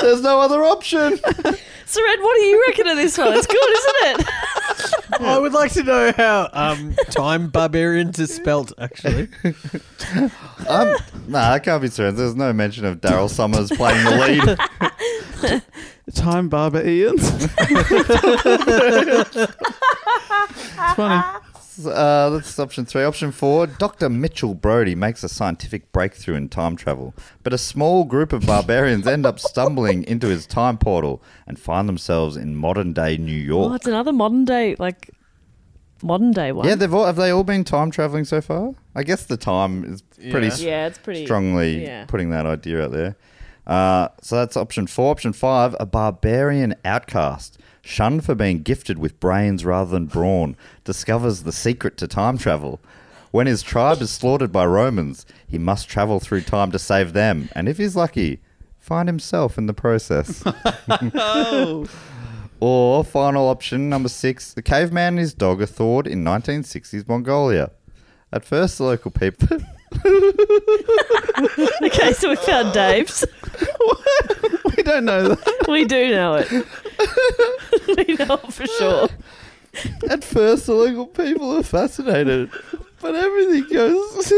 Speaker 2: There's no other option.
Speaker 3: Soren, what do you reckon of this one? It's good, isn't it?
Speaker 5: I would like to know how um, time barbarians is spelt. Actually,
Speaker 2: Um, nah, I can't be serious. There's no mention of Daryl Summers playing the lead.
Speaker 4: Time Barbara Ian's. it's funny.
Speaker 2: Uh, that's option three. Option four Dr. Mitchell Brody makes a scientific breakthrough in time travel, but a small group of barbarians end up stumbling into his time portal and find themselves in modern day New
Speaker 3: Oh,
Speaker 2: York.
Speaker 3: it's another modern day, like modern day one.
Speaker 2: yeah, they've all, have they all been time traveling so far? I guess the time is pretty,
Speaker 5: Yeah.
Speaker 2: s-
Speaker 3: yeah, it's pretty
Speaker 2: strongly
Speaker 3: Yeah.
Speaker 2: putting that idea out there. Uh, so that's option four. Option five a barbarian outcast, shunned for being gifted with brains rather than brawn, discovers the secret to time travel. When his tribe is slaughtered by Romans, he must travel through time to save them, and if he's lucky, find himself in the process. Or final option number six: the caveman and his dog are thawed in 1960s Mongolia. At first, the local people.
Speaker 3: Okay, so we found Dave's.
Speaker 4: we don't know that.
Speaker 3: We do know it. we know it for sure.
Speaker 2: At first, the local people are fascinated, but everything goes.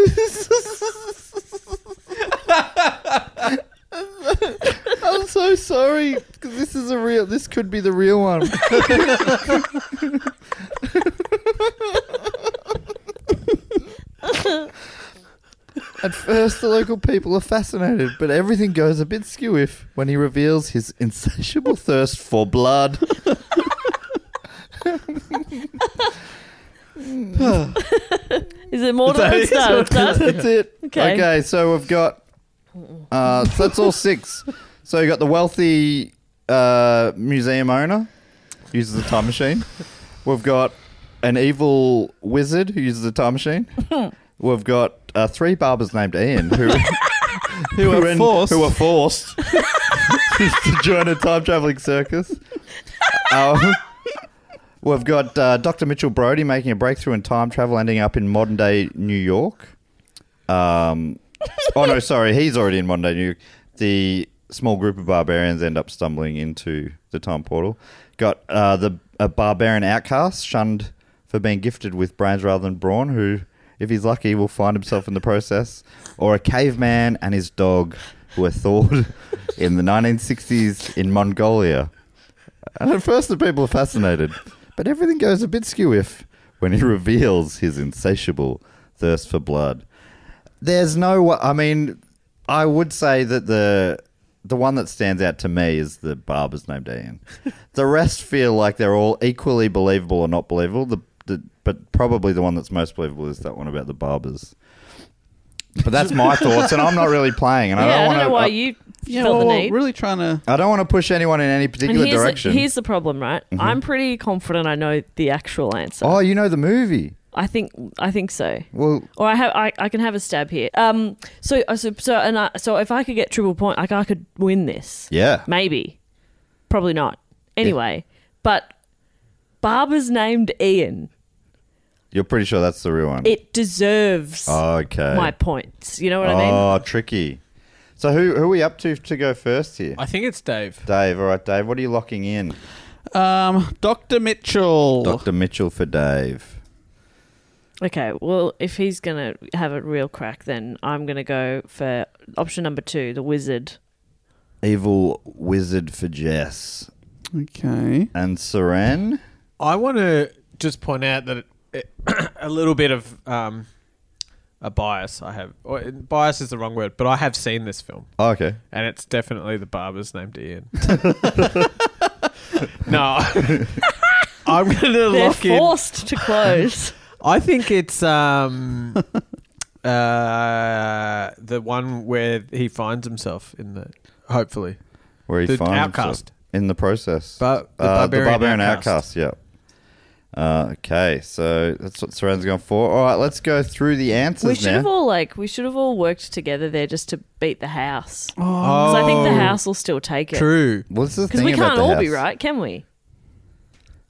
Speaker 2: I'm so sorry because this is a real. This could be the real one. At first, the local people are fascinated, but everything goes a bit skewiff when he reveals his insatiable thirst for blood.
Speaker 3: Is it more to
Speaker 2: That
Speaker 3: that
Speaker 2: is
Speaker 3: start? Done?
Speaker 2: That's it.
Speaker 3: Okay.
Speaker 2: so we've got. Uh, so that's all six. So you got the wealthy uh, museum owner who uses a time machine. We've got an evil wizard who uses a time machine. We've got uh, three barbers named Ian who who,
Speaker 4: are
Speaker 2: in-
Speaker 4: forced.
Speaker 2: who are forced to join a time traveling circus. Um, We've got uh, Dr. Mitchell Brody making a breakthrough in time travel, ending up in modern day New York. Um, oh, no, sorry. He's already in modern day New York. The small group of barbarians end up stumbling into the time portal. Got uh, the a barbarian outcast, shunned for being gifted with brains rather than brawn, who, if he's lucky, will find himself in the process. Or a caveman and his dog who are thawed in the 1960s in Mongolia. And at first, the people are fascinated, but everything goes a bit skew-if when he reveals his insatiable thirst for blood. There's no. wa- I mean, I would say that the the one that stands out to me is the barber's named Ian. the rest feel like they're all equally believable or not believable. The, the but probably the one that's most believable is that one about the barbers. But that's my thoughts, and I'm not really playing, and
Speaker 3: Yeah,
Speaker 2: I don't,
Speaker 3: I don't
Speaker 2: want
Speaker 3: know
Speaker 2: to.
Speaker 3: why you
Speaker 4: Yeah,
Speaker 3: felt
Speaker 4: well,
Speaker 3: the need.
Speaker 4: really trying to.
Speaker 2: I don't want to push anyone in any
Speaker 3: and
Speaker 2: particular
Speaker 3: here's the,
Speaker 2: direction. Mm-hmm.
Speaker 3: here's the problem, right? I'm pretty confident I know the actual answer.
Speaker 2: oh, you know the movie.
Speaker 3: I think I think so.
Speaker 2: Well,
Speaker 3: Or I have I, I can have a stab here. Um. So uh, so so and I, so if I could get triple point, like I could win this.
Speaker 2: yeah.
Speaker 3: Maybe. Probably not. Anyway, but Barber's named Ian.
Speaker 2: You're pretty sure that's the real one.
Speaker 3: It deserves
Speaker 2: okay.
Speaker 3: my points. You know what
Speaker 2: oh,
Speaker 3: I mean?
Speaker 2: tricky. So who who are we up to to go first here?
Speaker 5: I think it's Dave.
Speaker 2: Dave, all right, Dave. What are you locking in?
Speaker 4: Um, Dr. Mitchell.
Speaker 2: Dr. Mitchell for Dave.
Speaker 3: Okay. Well, if he's gonna have a real crack, then I'm gonna go for option number two, the wizard.
Speaker 2: Evil wizard for Jess.
Speaker 4: Okay.
Speaker 2: And Seren.
Speaker 5: I want to just point out that it, a little bit of um, a bias I have. Or, bias is the wrong word, but I have seen this film.
Speaker 2: Oh, okay.
Speaker 5: and it's definitely the barber's named Ian. no, I'm gonna
Speaker 3: They're
Speaker 5: lock in.
Speaker 3: forced to close.
Speaker 5: I think it's um, uh, the one where he finds himself in the hopefully.
Speaker 2: Where he
Speaker 5: The
Speaker 2: finds himself
Speaker 5: outcast.
Speaker 2: in Uh, the process.
Speaker 5: Bar- the barbarian outcast.
Speaker 2: Yeah. Uh, okay, so that's what Seren's going for. All right, let's go through the answers
Speaker 3: we should
Speaker 2: now.
Speaker 3: have all like we should have all worked together there just to beat the house. Because I think the house will still take it.
Speaker 5: True,
Speaker 2: well, this is the
Speaker 3: Because
Speaker 2: thing
Speaker 3: we
Speaker 2: about
Speaker 3: can't
Speaker 2: the
Speaker 3: all
Speaker 2: house.
Speaker 3: be right, can we?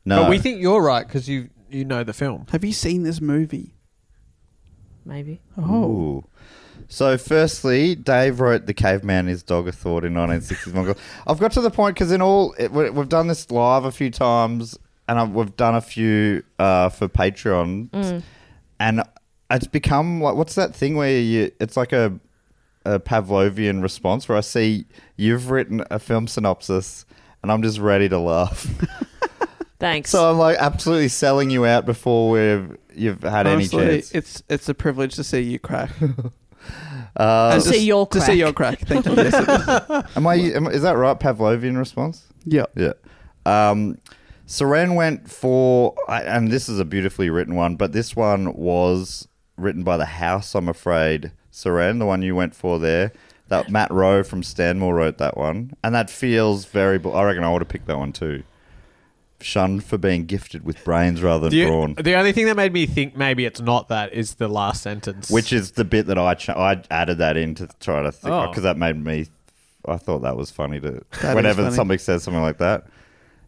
Speaker 2: No,
Speaker 5: but we think you're right because you you know the film.
Speaker 4: Have you seen this movie?
Speaker 3: Maybe.
Speaker 2: Ooh. So, firstly, Dave wrote "The Caveman and His Dog a Thought" in 1960s Mongol. I've got to the point because in all it, we- we've done this live a few times, and i we've done a few uh, for Patreon, and it's become like what's that thing where you? It's like a a Pavlovian response where I see you've written a film synopsis, and I'm just ready to laugh.
Speaker 3: Thanks.
Speaker 2: so I'm like absolutely selling you out before we've you've had any
Speaker 4: Honestly,
Speaker 2: chance.
Speaker 4: it's it's a privilege to see you crack.
Speaker 2: Uh,
Speaker 4: And
Speaker 3: To see your
Speaker 4: To see
Speaker 3: crack.
Speaker 4: your crack. Thank you. Yes, it is.
Speaker 2: Am I? Am, is that right? Pavlovian response.
Speaker 4: Yeah.
Speaker 2: Yeah. Um, Seren went for, I- and this is a beautifully written one, but this one was written by the house. I'm afraid Seren, the one you went for there, that Matt Rowe from Stanmore wrote that one, and that feels very. bl- I reckon I would have picked that one too. Shunned for being gifted with brains rather than
Speaker 5: The,
Speaker 2: brawn,
Speaker 5: the only thing that made me think maybe it's not that is the last sentence,
Speaker 2: which is the bit that I ch- I added that in to try to think
Speaker 5: Oh.
Speaker 2: because that made me. I thought that was funny to
Speaker 4: is
Speaker 2: whenever
Speaker 4: funny.
Speaker 2: somebody says something like that.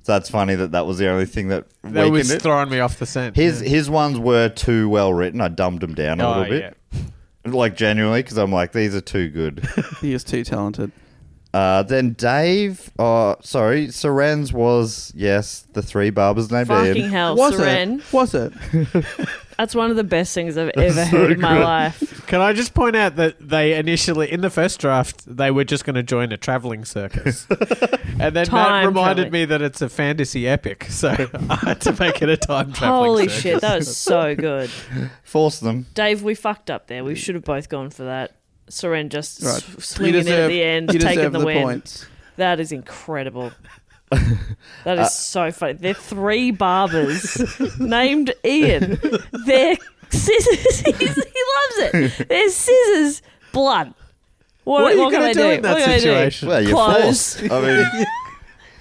Speaker 2: So that's funny that that was the only thing that,
Speaker 5: That was
Speaker 2: weakened it.
Speaker 5: throwing me off the scent.
Speaker 2: His his ones were too well written. I dumbed them down a
Speaker 5: Oh,
Speaker 2: little bit, like genuinely, because I'm like these are too good.
Speaker 4: He is too talented.
Speaker 2: Uh, then Dave, uh, sorry, Soren's was yes the three barbers named
Speaker 3: Fucking
Speaker 2: Ian.
Speaker 3: hell,
Speaker 4: was
Speaker 3: Seren.
Speaker 4: it? Was it?
Speaker 3: That's one of the best things I've ever heard in my life.
Speaker 5: Can I just point out that they initially, in the first draft, they were just going to join a traveling circus, and then Matt
Speaker 3: Time
Speaker 5: reminded
Speaker 3: traveling.
Speaker 5: me that it's a fantasy epic, so I had to make it a time traveling.
Speaker 3: Holy
Speaker 5: circus.
Speaker 3: shit, that was so good.
Speaker 2: Force them.
Speaker 3: Dave, we fucked up there. We should have both gone for that. Seren just
Speaker 4: Right.
Speaker 3: s- swinging in at the end,
Speaker 4: you
Speaker 3: taking
Speaker 4: deserve
Speaker 3: the,
Speaker 4: the
Speaker 3: win.
Speaker 4: points.
Speaker 3: That is incredible. That is
Speaker 2: Uh,
Speaker 3: so funny. They're three barbers named Ian. They're scissors. He's, he loves it. They're scissors, blood. What,
Speaker 5: What are you
Speaker 3: what can
Speaker 5: gonna
Speaker 3: I
Speaker 5: do in that
Speaker 3: What can I do?
Speaker 5: situation?
Speaker 2: Well, you're
Speaker 3: Close.
Speaker 2: forced. I mean,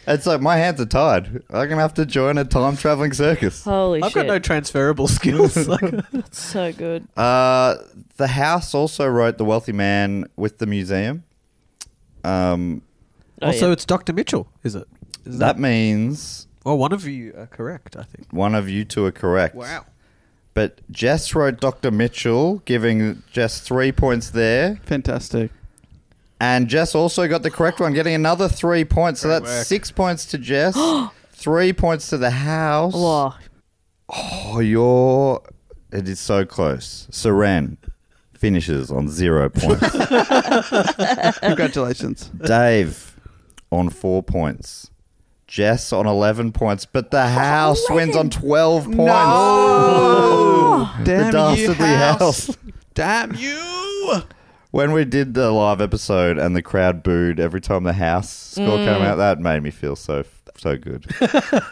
Speaker 2: it's like my hands are tied. I'm gonna have to join a time traveling circus.
Speaker 3: Holy
Speaker 5: I've
Speaker 3: shit!
Speaker 5: got no transferable skills.
Speaker 3: That's so good.
Speaker 2: Uh, the House also wrote the wealthy man with the museum. Um,
Speaker 3: Oh,
Speaker 5: also,
Speaker 3: yeah.
Speaker 5: it's Doctor Mitchell, is it? Is
Speaker 2: that means
Speaker 5: Well, one of you are correct, I think.
Speaker 2: one of you two are correct. But Jess wrote Dr. Mitchell, giving Jess three points there.
Speaker 4: Fantastic.
Speaker 2: And Jess also got the correct one, getting another three points. So
Speaker 5: Great
Speaker 2: that's
Speaker 5: work.
Speaker 2: six points to Jess, three points to the house.
Speaker 3: Whoa.
Speaker 2: Oh, you're. It is so close. Saran finishes on zero points.
Speaker 3: Uh,
Speaker 4: Congratulations.
Speaker 2: Dave on four points. Jess on 11 points. But the house wins on 12 points.
Speaker 3: Oh,
Speaker 4: Oh, Damn you,
Speaker 2: dastardly
Speaker 4: house.
Speaker 2: house.
Speaker 4: Damn you.
Speaker 2: When we did the live episode and the crowd booed every time the house score came out, that made me feel so so good.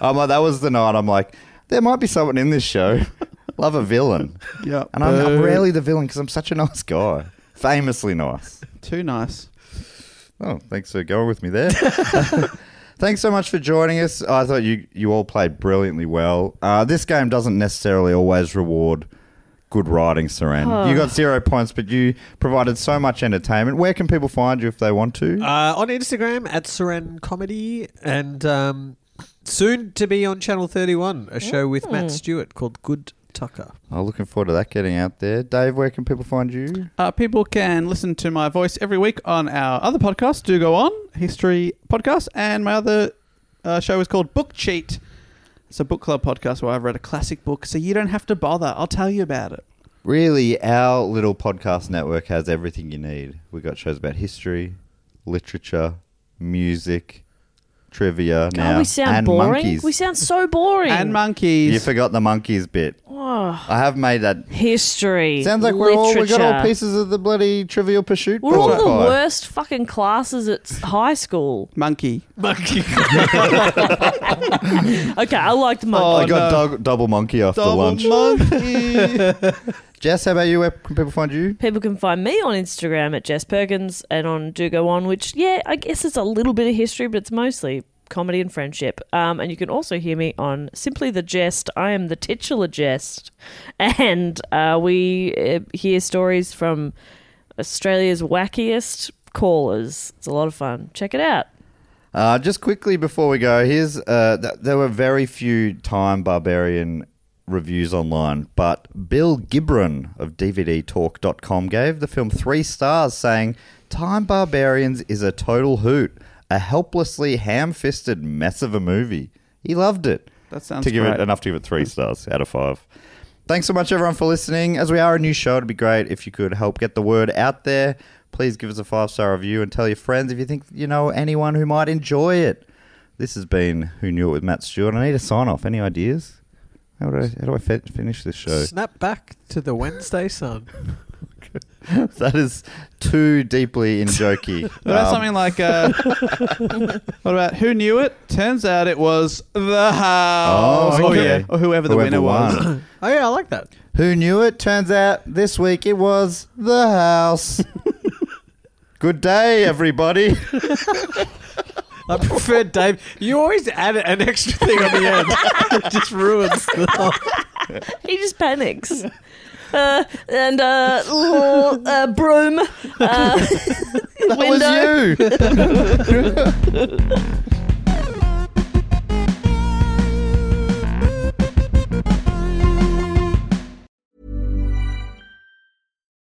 Speaker 2: I'm like, that was the night I'm like, there might be someone in this show. Love a villain,
Speaker 4: Yep.
Speaker 2: and I'm, I'm
Speaker 4: Boo.
Speaker 2: rarely the villain because I'm such a nice guy, famously nice.
Speaker 4: too nice.
Speaker 2: Oh, thanks for going with me there. thanks so much for joining us. I thought you you all played brilliantly well. Uh, this game doesn't necessarily always reward good writing, Saran. You got zero points, but you provided so much entertainment. Where can people find you if they want to?
Speaker 5: Uh, on Instagram at Seren Comedy, and um, soon to be on Channel 31, a show with
Speaker 3: Hmm.
Speaker 5: Matt Stewart called Good Tucker.
Speaker 2: I'm looking forward to that getting out there. Dave, where can people find you?
Speaker 4: Uh, people can listen to my voice every week on our other podcast, Do Go On, History Podcast, and my other uh, show is called Book Cheat. It's a book club podcast where I've read a classic book, so you don't have to bother. I'll tell you about it.
Speaker 2: Really, our little podcast network has everything you need. We've got shows about history, literature, music, trivia
Speaker 3: God,
Speaker 2: now,
Speaker 3: we sound
Speaker 2: and
Speaker 3: boring.
Speaker 2: monkeys.
Speaker 3: We sound so boring.
Speaker 4: And monkeys.
Speaker 2: you forgot the monkeys bit. I have made that.
Speaker 3: History.
Speaker 2: Sounds like we're
Speaker 3: literature.
Speaker 2: all we got all pieces of the bloody Trivial Pursuit.
Speaker 3: We're all
Speaker 2: board
Speaker 3: the
Speaker 2: pie.
Speaker 3: worst fucking classes at s- high school.
Speaker 4: Monkey.
Speaker 5: Monkey.
Speaker 3: Okay, I liked
Speaker 2: Oh, I
Speaker 3: monkey.
Speaker 2: got dog, double monkey after lunch.
Speaker 4: monkey.
Speaker 2: Jess, how about you? Where can people find you?
Speaker 3: People can find me on Instagram at Jess Perkins and on Do Go On, which, yeah, I guess it's a little bit of history, but it's mostly comedy and friendship. Um, and you can also hear me on Simply the Jest. I am the titular jest. And uh, we uh, hear stories from Australia's wackiest callers. It's a lot of fun. Check it out.
Speaker 2: Uh, just quickly before we go, here's uh, th- there were very few Time Barbarian reviews online, but Bill Gibran of DVDTalk.com gave the film three stars, saying Time Barbarians is a total hoot, a helplessly ham-fisted mess of a movie. He loved it.
Speaker 4: That sounds
Speaker 2: to give
Speaker 4: great.
Speaker 2: it enough to give it three stars out of five. Thanks so much, everyone, for listening. As we are a new show, it'd be great if you could help get the word out there. Please give us a five star review and tell your friends if you think you know anyone who might enjoy it. This has been Who Knew It with Matt Stewart. I need a sign off. Any ideas? How do I, how do I fe- finish this show?
Speaker 5: Snap back to the Wednesday sun.
Speaker 2: that is too deeply in jokey.
Speaker 4: What about
Speaker 2: Um,
Speaker 4: something like, uh, what about who knew it? Turns out it was the house.
Speaker 2: Oh,
Speaker 4: or, who-
Speaker 2: okay.
Speaker 4: or whoever the
Speaker 2: Whoever
Speaker 4: winner was.
Speaker 2: won.
Speaker 5: Oh, yeah, I like that.
Speaker 2: Um, Who knew it? Turns out this week it was the house. Good day, everybody.
Speaker 5: I prefer Dave. You always add an extra thing on the end. it just ruins the whole.
Speaker 3: He just panics. Uh, and uh, oh, uh, broom, uh,
Speaker 2: That
Speaker 3: window.
Speaker 2: was you.